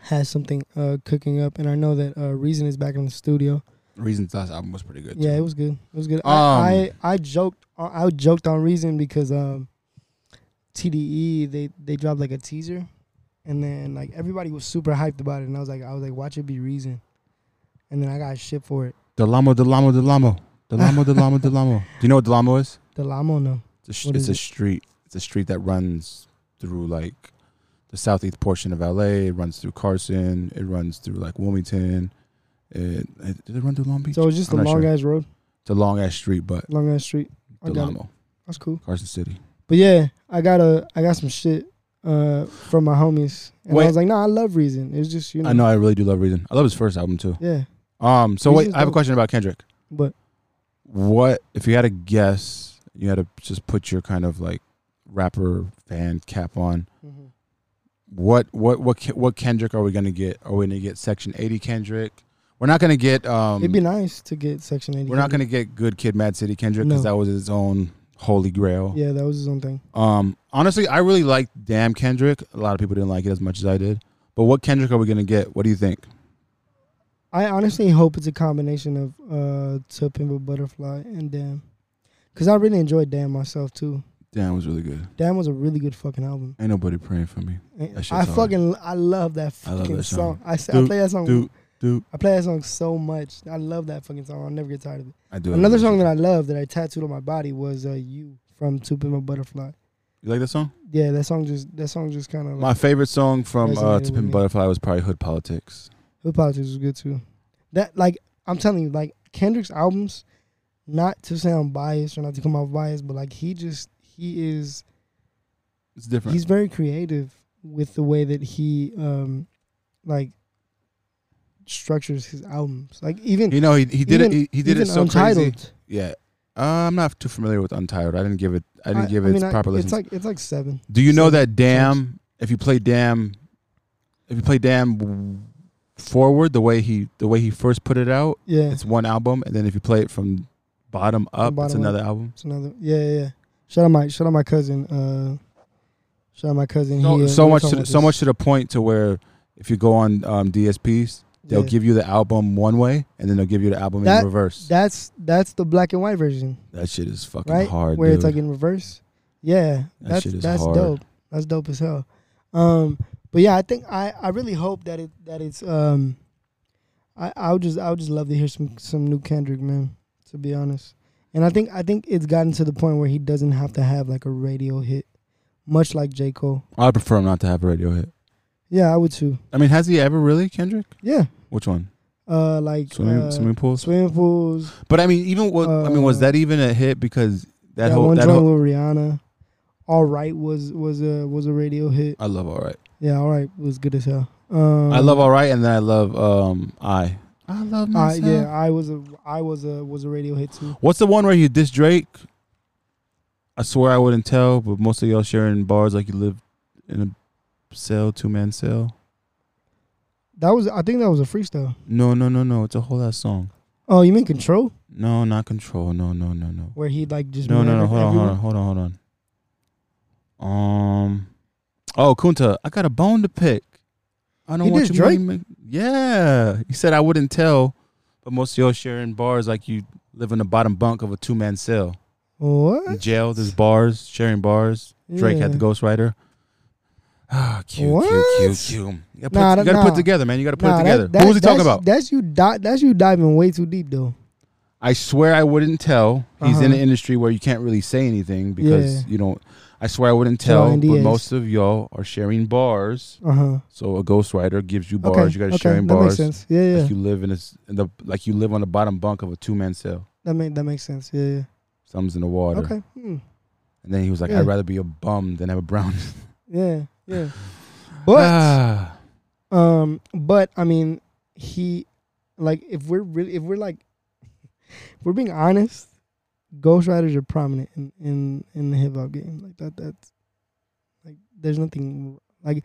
A: has something uh, cooking up, and I know that uh, Reason is back in the studio.
C: Reasons last album was pretty good.
A: Yeah,
C: too.
A: it was good. It was good.
C: Um,
A: I, I I joked uh, I joked on Reason because um, TDE they they dropped like a teaser, and then like everybody was super hyped about it, and I was like I was like watch it be Reason, and then I got shit for it.
C: Delamo, Delamo, Delamo, Delamo, Delamo, (laughs) Delamo. Do you know what Delamo is?
A: The Lamo no.
C: It's a, sh-
A: What
C: it's
A: is
C: a
A: it?
C: street. It's a street that runs through like the southeast portion of LA. It runs through Carson. It runs through like Wilmington. It, it, did it run through Long Beach?
A: So it's just
C: I'm
A: a
C: not
A: long
C: sure.
A: ass road,
C: It's a long ass street, but
A: long ass street. I got it.
C: Delamo,
A: That's cool.
C: Carson City.
A: But yeah, I got a I got some shit uh, from my homies, and
C: Wait.
A: I was like, no, I love Reason. It's just you know.
C: I know. I really do love Reason. I love his first album too.
A: Yeah,
C: Um. So wait,
A: Reason's
C: I have a
A: dope.
C: question about Kendrick.
A: but
C: What if you had to guess? You had to just put your kind of like rapper fan cap on. what what what Ke- what Kendrick are we gonna get? Are we gonna get Section Eighty Kendrick? We're not gonna get. Um,
A: it'd be nice to get Section 80.
C: we're not gonna get Good Kid, Mad City Kendrick because
A: No.
C: that was his own holy grail.
A: Yeah, that was his own thing.
C: Um, honestly, I really liked Damn Kendrick. A lot of people didn't like it as much as I did. But what Kendrick are we gonna get? What do you think?
A: I honestly hope it's a combination of uh To Pimp a Butterfly and Damn. Cause I really enjoyed Damn myself too.
C: Damn was really good.
A: Damn was a really good fucking album.
C: Ain't nobody praying for me.
A: And
C: That shit's
A: I
C: hard.
A: fucking I love that
C: I love
A: fucking
C: that
A: song.
C: song.
A: I, s- I
C: Dude,
A: play that song.
C: Dude, dude,
A: I play that song so much. I love that fucking song. I'll never get tired of it.
C: I do.
A: Another song that I love that I tattooed on my body was uh You from To Pimp a Butterfly.
C: you like that song.
A: Yeah, that song just that song just kind of
C: My
A: like
C: favorite song from uh,
A: Resonated
C: To
A: with
C: Pimp
A: me.
C: Butterfly was probably Hood Politics.
A: Hood Politics was good too. That like I'm telling you, like Kendrick's albums, not to sound biased or not to come off biased, but like he just he is
C: It's different.
A: he's very creative with the way that he um like structures his albums. Like even
C: you know, he, he did it.
A: even-
C: He, he did it
A: even
C: so crazy.
A: untitled.
C: Yeah. Uh, I'm not too familiar with Untitled. I didn't give it. I didn't give it
A: mean,
C: its proper
A: It's
C: listen.
A: like it's like seven.
C: Do you know
A: seven
C: that Damn? If you play Damn, if you play Damn forward the way he the way he first put it out,
A: Yeah,
C: it's one album, and then if you play it from bottom up, it's
A: bottom
C: another album.
A: it's another. Yeah, yeah. yeah. Shout out my shout out my cousin. Uh, shout out my cousin.
C: So,
A: he, uh,
C: so
A: we were
C: much,
A: talking
C: to, the-
A: about
C: so
A: this.
C: much to the point to where if you go on um, DSPs, they'll
A: Yeah.
C: give you the album one way, and then they'll give you the album
A: That-
C: in reverse. That,
A: That's that's the black and white version.
C: shit is fucking
A: right?
C: hard,
A: Where
C: dude.
A: it's like in reverse. Yeah, that's
C: shit is
A: that's
C: hard.
A: dope. That's dope as hell. Um, but yeah, I think I, I really hope that it that it's um, I I would just I would just love to hear some some new Kendrick man. To be honest, and I think I think it's gotten to the point where he doesn't have to have like a radio hit, much like J Cole.
C: I prefer him not to have a radio hit.
A: Yeah, I would too.
C: I mean, has he ever really, Kendrick?
A: Yeah,
C: Which one?
A: uh, like
C: Swimming,
A: uh,
C: swimming pools.
A: swimming pools.
C: But I mean, even what I mean was
A: Uh,
C: that even a hit because that,
A: That,
C: whole
A: one
C: that
A: joint
C: whole
A: with Rihanna. All right was was a was a radio hit.
C: I love all right.
A: Yeah, all right was good as hell. Um,
C: I love all right, and then I love um I. I love
A: I,
C: myself.
A: yeah, I was a I was a was a radio hit too.
C: What's the one where you diss Drake? I swear I wouldn't tell, but most of y'all sharing bars like you live in a cell, two man cell.
A: That was I think that was a freestyle.
C: No, no, no, no. It's a whole ass song.
A: Oh, you mean Control,
C: No, not control. No, no, no, no.
A: where he like just
C: No, no, no.
A: murdered
C: Hold on, hold on,
A: everyone?
C: hold on, hold on. Um. Oh, Kunta, I got a bone to pick. I don't
A: He
C: want
A: did
C: you.
A: Drake?
C: Make, yeah, he said I wouldn't tell, but most of y'all sharing bars like you live in the bottom bunk of a two man cell. In
A: What?
C: jail, there's bars, sharing bars. Drake had the
A: Yeah.
C: ghostwriter. Ah, Q, Q, Q,
A: What?
C: Q. You gotta, put,
A: Nah,
C: you gotta put
A: nah.
C: it together, man. You gotta put
A: Nah,
C: it
A: that-
C: together.
A: that-
C: what was he talking
A: that's-
C: about?
A: That's you. Di- that's you diving way too deep, though.
C: I swear I wouldn't tell. He's in
A: Uh-huh.
C: an industry where you can't really say anything because
A: Yeah.
C: you don't. I swear I wouldn't
A: There are
C: tell, but
A: NDAs.
C: most of y'all are sharing bars.
A: Uh huh.
C: So a ghostwriter gives you bars.
A: Okay.
C: You guys
A: okay.
C: sharing
A: that makes
C: bars.
A: sense. Yeah, yeah.
C: Like you live in a, s- in the like you live on the bottom bunk of a two man cell.
A: that make that makes sense. Yeah, yeah.
C: Something's in the water.
A: Okay. Hmm.
C: And then he was like,
A: Yeah.
C: I'd rather be a bum than have a brown. (laughs)
A: Yeah, yeah. But
C: Ah.
A: um, but I mean, he like if we're really if we're like (laughs) if we're being honest, ghostwriters are prominent in in in the hip hop game. Like that that's like there's nothing like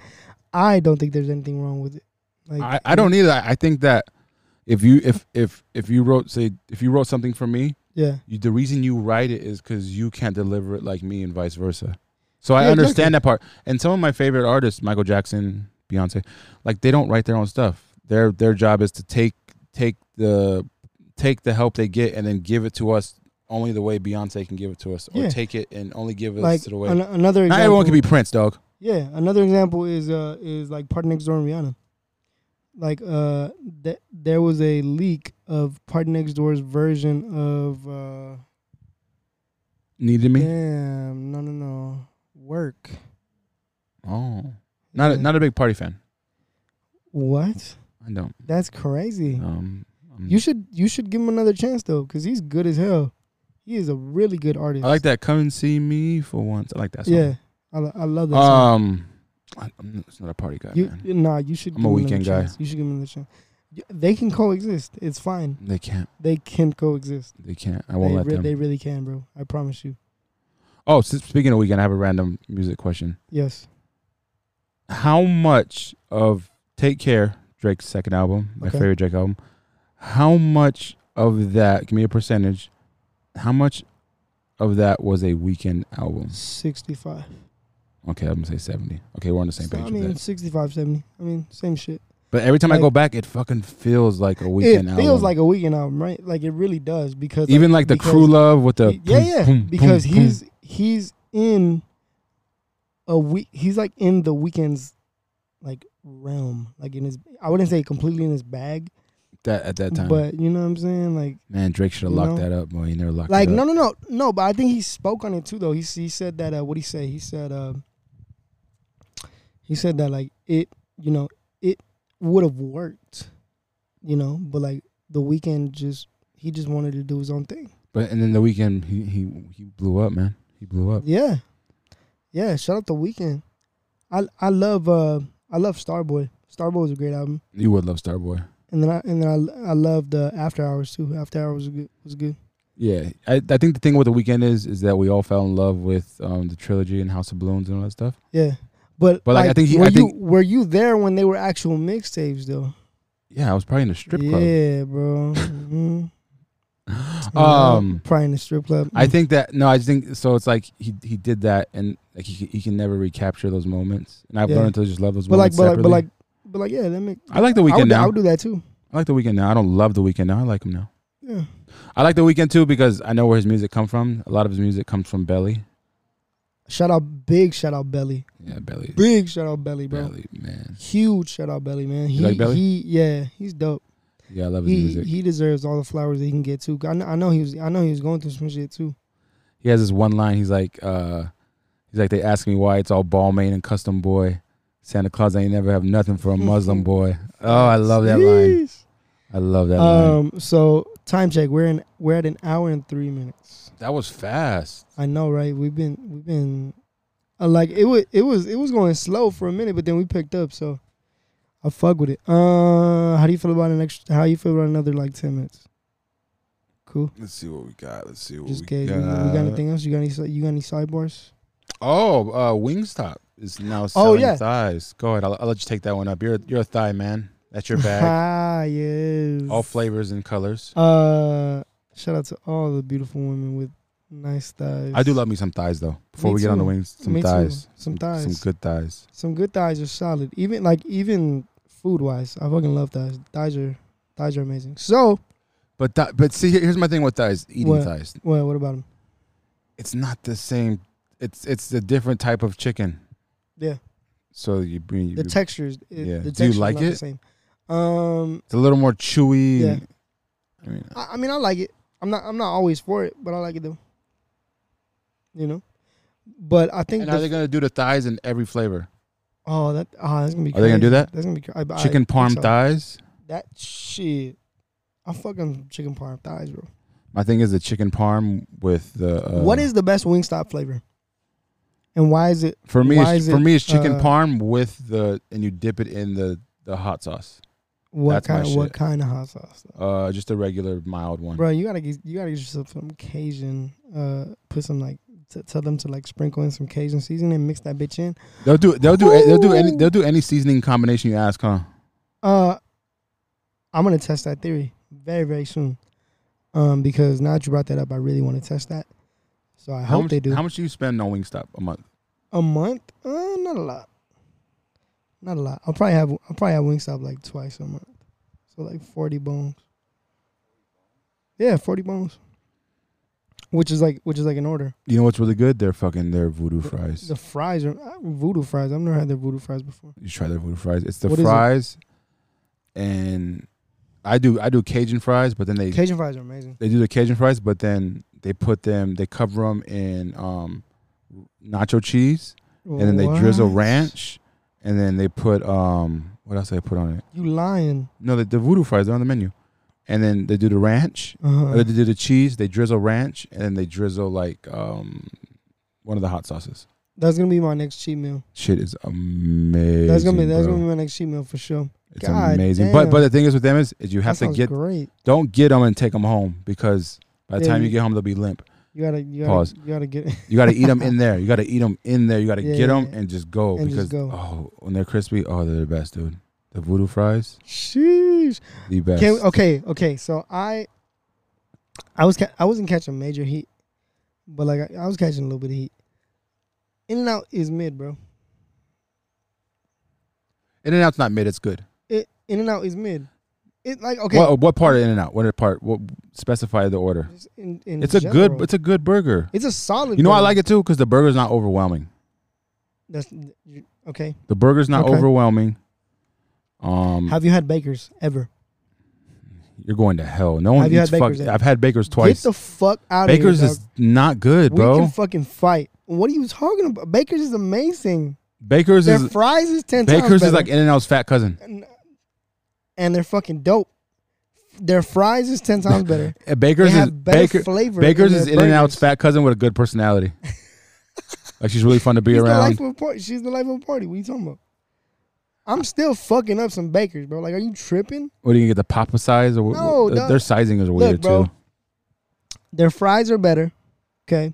A: I don't think there's anything wrong with it. Like
C: I, I don't either. I I think that if you if if if you wrote say if you wrote something for me,
A: yeah.
C: you, the reason you write it is because you can't deliver it like me and vice versa. So I
A: Yeah, exactly.
C: understand that part. And some of my favorite artists, Michael Jackson, Beyonce, like they don't write their own stuff. Their their job is to take take the take the help they get and then give it to us only the way Beyonce can give it to us, or
A: Yeah.
C: take it and only give it
A: Like
C: to the way.
A: an- another example.
C: Not everyone can be Prince, dog.
A: Yeah, another example is uh is like Party Next Door and Rihanna. Like uh th- there was a leak of Party Next Door's version of uh
C: Needed me.
A: damn, no no no. Work.
C: Oh, not a,
A: Yeah.
C: not a big party fan.
A: What?
C: I don't.
A: That's crazy.
C: Um, I'm-
A: You should you should give him another chance though cuz he's good as hell. He is a really good artist.
C: I like that. Come and see me for once. I like that song.
A: Yeah. I, lo- I love that song.
C: Um, I, I'm not, it's not a party guy,
A: You,
C: Ah, man.
A: you nah, you should
C: I'm
A: give
C: a
A: him another
C: weekend guy.
A: chance. You should give him another chance. Y- They can coexist. It's fine.
C: They can't.
A: They can coexist.
C: They can't. I won't
A: they,
C: let
A: re-
C: them.
A: they really can, bro. I promise you.
C: oh, s speaking of weekend, I have a random music question.
A: Yes.
C: How much of "Take Care" Drake's second album, my
A: Okay.
C: favorite Drake album, how much of that? Give me a percentage. How much of that was a weekend album?
A: 65.
C: Okay, I'm gonna say seventy. Okay, we're on the same
A: So,
C: page
A: I
C: with
A: mean,
C: that.
A: 65, 70. I mean, same shit.
C: But every time I
A: like-
C: go back, it fucking feels like a weekend
A: it
C: album.
A: feels like a weekend album, right? Like it really does because
C: even like the
A: because-
C: crew love with the
A: y- yeah,
C: boom,
A: yeah,
C: boom, boom,
A: because
C: boom.
A: he's he's in a week. He's like in the weekend's like realm, like in his. I wouldn't say completely in his bag,
C: that at that time.
A: but you know what I'm saying, like.
C: Man, Drake should have
A: You
C: locked
A: know?
C: that up, boy. He never locked
A: Like
C: it up.
A: no no no no, but I think he spoke on it too though. He s- he said that uh, what he say? He said uh, he said that like it you know it would have worked, you know, but like the weekend just he just wanted to do his own thing.
C: But and then the weekend he he he blew up, man. He blew up.
A: Yeah, yeah. Shout out the weekend. I I love uh I love Starboy. Starboy was a great album,
C: You would love Starboy.
A: and then I and then I I loved uh, After Hours too. After Hours was good. Was good.
C: Yeah, I I think the thing with the weekend is is that we all fell in love with um the trilogy and House of Balloons and all that stuff.
A: Yeah. But,
C: But, like, I think he-
A: were
C: I
A: you
C: think-
A: were you there when they were actual mixtapes though?
C: Yeah, I was probably in a strip
A: Yeah, bro.
C: (laughs)
A: Mhm.
C: club. Um,
A: probably in the strip club.
C: I think that no, I just think so. It's like he he did that, and like he he can never recapture those moments. And I've
A: Yeah.
C: learned to just love those
A: but like,
C: moments
A: but like,
C: separately.
A: but like, but like, yeah, that make.
C: I like the
A: I would,
C: weekend
A: I
C: now.
A: would do that too.
C: I like the weekend now. I don't love the weekend now. I like him now.
A: Yeah,
C: I like the weekend too because I know where his music comes from. A lot of his music comes from Belly.
A: shout out, big shout out, Belly,
C: Yeah, Belly.
A: big shout out, Belly, bro.
C: Belly, man.
A: Huge shout out, Belly, man. He,
C: like Belly?
A: he, yeah, he's dope.
C: Yeah, I love his
A: He,
C: music.
A: he deserves all the flowers that he can get too. I know, I know he was, I know he was going through some shit too.
C: he has this one line. He's like, uh, he's like, they ask me why it's all Balmain and custom boy. Santa Claus ain't never have nothing for a Muslim
A: (laughs)
C: boy. Oh, I love that line.
A: Yeesh.
C: I love that line.
A: Um, so time check. We're in, we're at an hour and three minutes.
C: That was fast.
A: I know, right? We've been we've been uh, like it was it was it was going slow for a minute, but then we picked up. So I fuck with it. Uh, how do you feel about an extra? How you feel about another like ten minutes? Cool.
C: Let's see what we got. Let's see what
A: Just gave you, you got anything else? You got any si- you got any sidebars?
C: Oh, uh, Wingstop is now
A: selling Oh,
C: selling
A: yeah.
C: thighs. Go ahead. I'll, I'll let you take that one up. You're you're a thigh man. That's
A: (laughs)
C: your bag.
A: ah yes.
C: all flavors and colors.
A: Uh, shout out to all the beautiful women with nice thighs.
C: I do love me some thighs though. Before
A: Me
C: we get on the
A: too.
C: wings, some
A: Me too.
C: thighs,
A: Some
C: some
A: thighs.
C: good thighs.
A: some good thighs are solid. Even like even food wise, I fucking love thighs. Thighs are thighs are amazing. So
C: But th- but see, here- here's my thing with thighs. Eating
A: What?
C: thighs,
A: well, what about them?
C: it's not the same. it's it's a different type of chicken.
A: Yeah.
C: So you bring
A: The textures. it-
C: Yeah. Do
A: The
C: you
A: texture's
C: like
A: not the
C: it?
A: same. Um,
C: it's a little more chewy.
A: Yeah.
C: and- I mean,
A: I, I mean, I like it. I'm not. I'm not always for it, but I like it though. You know, but I think.
C: and are
A: the-
C: they gonna do the thighs in every flavor?
A: oh, that. Oh, that's gonna be.
C: Are they gonna do
A: crazy.
C: that?
A: That's gonna be. cra- I- I
C: Chicken
A: think
C: parm
A: so.
C: thighs.
A: That shit. I'm fucking chicken parm thighs, bro.
C: My thing is the chicken parm with the. Uh,
A: what is the best Wingstop flavor? And why is it?
C: for me?
A: why
C: It's,
A: is
C: for
A: it,
C: me, it's chicken
A: uh,
C: parm with the and you dip it in the the hot sauce.
A: What
C: That's my
A: kind? What
C: shit.
A: kind of hot sauce? though?
C: Uh, just a regular mild one.
A: Bro, you gotta get you gotta get yourself some Cajun. Uh, put some like t- tell them to like sprinkle in some Cajun seasoning and mix that bitch in.
C: They'll do they'll do they'll do any
A: Ooh.
C: they'll do any seasoning combination you ask, huh?
A: Uh, I'm gonna test that theory very very soon. Um, because now that you brought that up, I really want to test that. So I
C: how
A: hope
C: much,
A: they do.
C: How much do you spend on Wingstop a month?
A: A month? Uh, not a lot. Not a lot. I'll probably have I'll probably have Wingstop like twice a month. So like forty bones. Yeah, forty bones. Which is like which is like an order.
C: You know what's really good? They're fucking their voodoo fries.
A: The fries are uh, voodoo fries. I've never had their voodoo fries before.
C: you try their voodoo fries. It's the
A: What is it?
C: fries, and I do I do Cajun fries, but then they
A: Cajun fries are amazing.
C: they do the Cajun fries, but then they put them they cover them in um, nacho cheese, and then they drizzle
A: What?
C: ranch, and then they put um what else they put on it?
A: You lying?
C: No, the, the voodoo fries they're on the menu, and then they do the ranch,
A: Uh-huh.
C: Or they do the cheese, they drizzle ranch, and then they drizzle like um one of the hot sauces.
A: That's gonna be my next cheat meal.
C: Shit is amazing.
A: That's gonna be that's
C: bro.
A: gonna be my next cheat meal for sure.
C: it's
A: God
C: amazing.
A: damn.
C: But but the thing is with them is, is you
A: That
C: have to
A: sounds
C: get
A: great.
C: don't get them and take them home because by the
A: Yeah,
C: time you
A: you-
C: get home they'll be limp.
A: You gotta you gotta
C: Pause.
A: you gotta get (laughs)
C: You got to eat them in there. You got to eat them in there. You got to
A: Yeah,
C: get them
A: yeah.
C: and just go
A: And
C: because
A: just go.
C: oh when they're crispy oh they're the best dude. The voodoo fries
A: sheesh.
C: the best.
A: Can, okay, okay. So I, I was ca- I wasn't catching major heat, but like I, I was catching a little bit of heat. In and out is mid, bro.
C: In and Out's not mid. It's good.
A: It In and out is mid. It like okay.
C: What what part of In and Out? What part? What specify the order?
A: just in, in
C: It's a good
A: general.
C: it's a good burger.
A: It's a solid.
C: You know, I
A: burger.
C: like it too because the burger's not overwhelming.
A: That's you- okay.
C: The burger's not
A: Okay.
C: overwhelming. Um,
A: Have you had Baker's ever?
C: you're going to hell. No one
A: Have you
C: eats
A: had
C: fuck.
A: Bakers yet?
C: I've had Bakers twice.
A: Get the fuck out
C: Bakers
A: of here.
C: is not good,
A: dog. We
C: bro.
A: can fucking fight. What are you talking about? Baker's is amazing.
C: Bakers
A: Their
C: is
A: fries is ten times
C: Bakers is
A: better.
C: like In and Out's fat cousin.
A: and, and they're fucking dope. Their fries is ten
C: (laughs)
A: times better.
C: Uh, Bakers
A: They
C: is
A: have better
C: Baker,
A: flavor
C: Bakers
A: in
C: is
A: their
C: In and Out's
A: burgers.
C: fat cousin with a
A: (laughs)
C: good personality. like she's really fun to be
A: She's the
C: around.
A: life of a party. She's the life of a party. What are you talking about? I'm still fucking up some bakers, bro. Like, are you tripping?
C: What do you get the Papa size or what-
A: No,
C: what- uh,
A: dog.
C: their sizing is weird
A: bro.
C: too.
A: Their fries are better. Okay,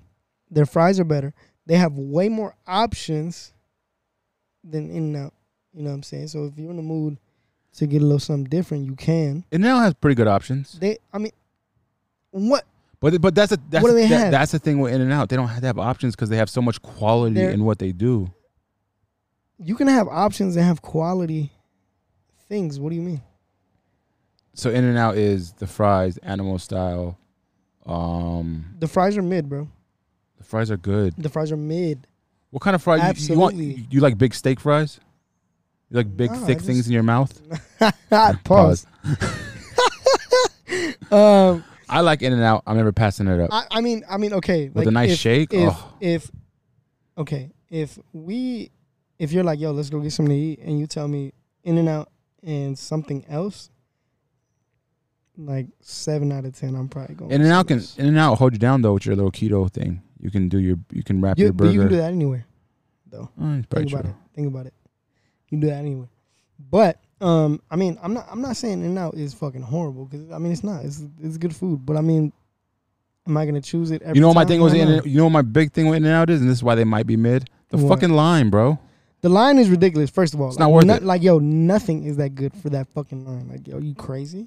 A: their fries are better. They have way more options than In and Out. You know what I'm saying? So if you're in the mood to get a little something different, you can.
C: In and Out has pretty good options,
A: They, I mean, what
C: but but that's a that's
A: What do
C: a-
A: they
C: that-
A: have?
C: that's the thing with In and Out. They don't have to have options because they have so much quality
A: They're-
C: in what they do.
A: you can have options and have quality things. What do you mean?
C: so in and out is the fries animal style um
A: The fries are mid, bro.
C: the fries are good
A: The fries are mid. (laughs)
C: what kind of fries you- you,
A: Absolutely.
C: want you like big steak fries you like big
A: Nah, I
C: thick things
A: just-
C: in your mouth
A: Pause. (laughs) Um,
C: i like in and out i'm never passing it up
A: I, I mean, I mean, okay,
C: With a nice shake?
A: If,
C: Oh.
A: if okay, if we, if you're like, yo, let's go get something to eat, and you tell me In and Out and something else, like seven out of ten, I'm probably going.
C: in and out can in and out hold you down though with your little keto thing you can do your you can wrap
A: you,
C: your
A: but
C: burger
A: you can do that anywhere, though.
C: Mm, it's
A: Think
C: probably
A: about
C: true.
A: it. Think about it. You can do that anywhere, but um, I mean, I'm not, I'm not saying In and Out is fucking horrible because I mean it's not. It's it's good food, but I mean, am I gonna choose it? Every
C: you know what my
A: time?
C: thing was
A: Hell
C: in
A: no.
C: and, you know what my big thing with in and out is and this is why they might be mid the
A: What?
C: fucking line bro
A: The line is ridiculous. First of all,
C: It's not worth
A: no-
C: it.
A: Like yo, nothing is that good for that fucking line. Like yo, you crazy?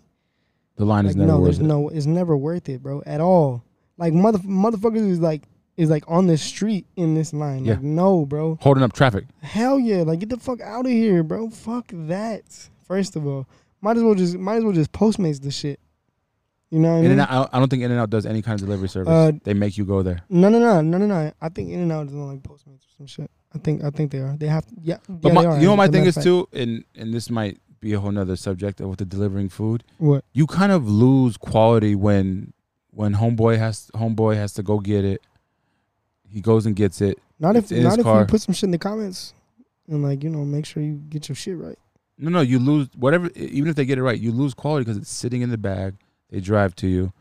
C: the line
A: Like
C: is never
A: no,
C: worth
A: there's
C: it
A: no, it's never worth it, bro, at all. Like mother motherfuckers is like is like on the street in this line.
C: Yeah.
A: Like no, bro.
C: holding up traffic
A: Hell yeah, like get the fuck out of here, bro. Fuck that. First of all, might as well just might as well just postmates the shit. You know what I
C: In
A: mean?
C: and out. I don't think In and Out does any kind of delivery service.
A: Mm-hmm. Uh,
C: they make you go there.
A: No, no, no, no, no, no. I think In and Out is on like Postmates or some shit. I think I think they are. They have to, yeah.
C: But
A: yeah,
C: my,
A: they are,
C: you know,
A: as
C: what my
A: a
C: thing
A: matter
C: is
A: of fact.
C: too, and and this might be a whole nother subject with the delivering food.
A: What?
C: You kind of lose quality when when homeboy has homeboy has to go get it. He goes and gets it.
A: Not
C: It's
A: if
C: in his
A: not if
C: car.
A: you put some shit in the comments and like you know make sure you get your shit right.
C: No, no, you lose whatever. e, Even if they get it right, you lose quality because it's sitting in the bag. They drive to you.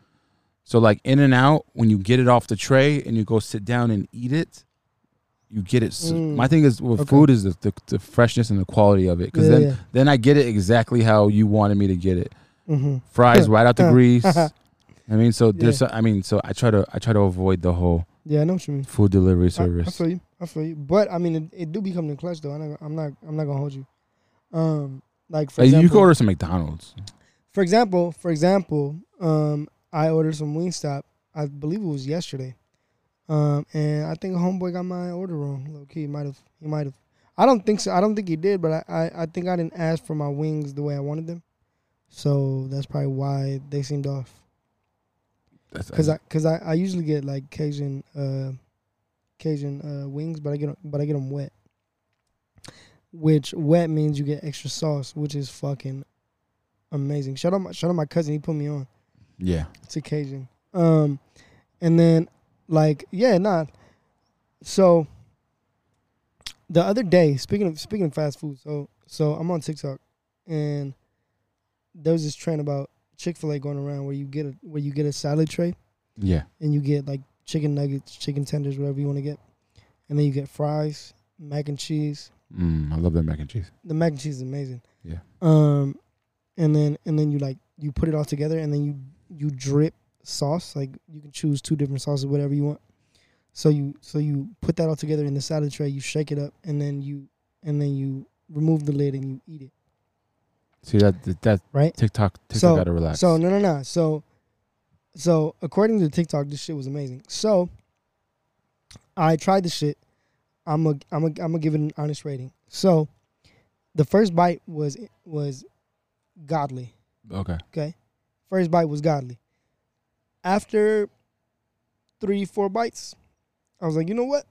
C: So like In and Out, when you get it off the tray and you go sit down and eat it, you get it. s
A: Mm.
C: My thing is with
A: Okay.
C: food is the, the the freshness and the quality of it because
A: Yeah,
C: then
A: yeah.
C: then I get it exactly how you wanted me to get it.
A: Mm-hmm.
C: Fries right out
A: (laughs)
C: the grease. I mean, so there's.
A: Yeah.
C: so- I mean, so I try to I try to avoid the whole
A: Yeah, I know what you mean.
C: food delivery
A: I- I,
C: service.
A: feel you. I feel you. But I mean, it, it do become the clutch though. I'm not. I'm not. I'm not gonna hold you. Um, like for
C: Like,
A: example,
C: you can order some McDonald's.
A: for example, for example, um, I ordered some Wingstop. I believe it was yesterday, um, and I think homeboy got my order wrong. Low key, he might have. He might have. I don't think so. I don't think he did, but I, I, I think I didn't ask for my wings the way I wanted them, so that's probably why they seemed off.
C: That's- uh,
A: Cause I, cause I, I usually get like Cajun, uh, Cajun uh, wings, but I get 'em- but I get them wet. Which wet means you get extra sauce, which is fucking amazing. Shout out my shout out my cousin, he put me on
C: yeah.
A: to Cajun. Um, and then like yeah, nah. So the other day, speaking of speaking of fast food, so so I'm on TikTok, and there was this trend about Chick Fil A going around where you get a where you get a salad tray
C: Yeah.
A: and you get like chicken nuggets, chicken tenders, whatever you want to get, and then you get fries, mac and cheese.
C: Mm, I love that mac and cheese.
A: The mac and cheese is amazing.
C: Yeah.
A: Um, and then and then you like you put it all together, and then you you drip sauce. Like you can choose two different sauces, whatever you want. So you so you put that all together in the salad tray. You shake it up, and then you and then you remove the lid and you eat it.
C: See that that, that
A: Right.
C: TikTok TikTok
A: So-
C: gotta relax.
A: So no no no. So so according to TikTok, this shit was amazing. So I tried the shit. I'm a I'm a I'm gonna give it an honest rating. So the first bite was was godly.
C: okay.
A: First bite was godly. After three four bites, I was like, you know what?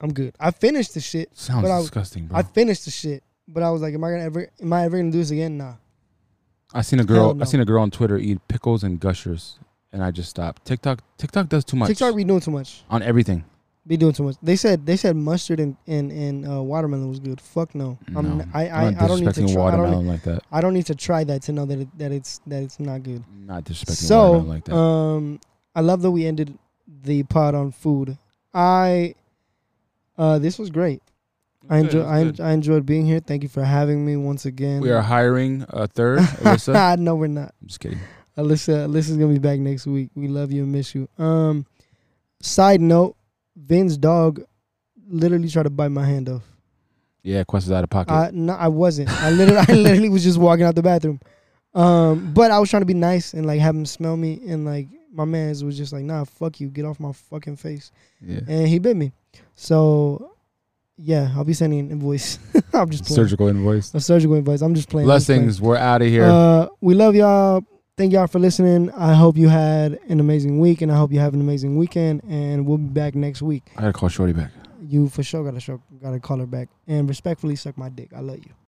A: I'm good. I finished the shit.
C: Sounds
A: But I-
C: disgusting, bro.
A: I
C: I,
A: finished the shit. But I was like, am I gonna ever am I ever gonna do this again? Nah.
C: seen a girl.
A: hell no.
C: I seen a girl on Twitter eat pickles and gushers, and I just stopped. TikTok TikTok does too much
A: TikTok be doing too much.
C: on everything.
A: be doing too much. They said they said mustard and and, and uh, watermelon was good. Fuck no. I'm,
C: No,
A: n- Um, I, I,
C: I'm not
A: I don't need to
C: disrespecting
A: try. I don't,
C: watermelon like that.
A: I don't need to try that to know that it, that it's that it's not good.
C: Not disrespecting
A: So
C: watermelon like that.
A: um, I love that we ended the pod on food. I uh, this was great. I enjoy I, en- I enjoyed being here. Thank you for having me once again. (laughs)
C: we are hiring a third. Alyssa.
A: no, we're not.
C: I'm just kidding.
A: Alyssa, Alyssa's gonna be back next week. We love you and miss you. Um, side note, Vin's dog literally tried to bite my hand off.
C: Yeah, Quest is out of pocket.
A: I no, I wasn't. I literally, I literally was just walking out the bathroom. Um, but I was trying to be nice and like have him smell me, and like my man's was just like, "Nah, fuck you, get off my fucking face,"
C: yeah.
A: and he bit me. So, yeah, I'll be sending an invoice. (laughs) I'm just playing.
C: Surgical invoice.
A: a surgical invoice. I'm just playing. I'm just playing.
C: Blessings. We're out of here.
A: Uh, we love y'all. Thank y'all for listening. I hope you had an amazing week, and I hope you have an amazing weekend. And we'll be back next week.
C: I gotta call Shorty back.
A: You for sure gotta show, gotta call her back, and respectfully suck my dick. I love you.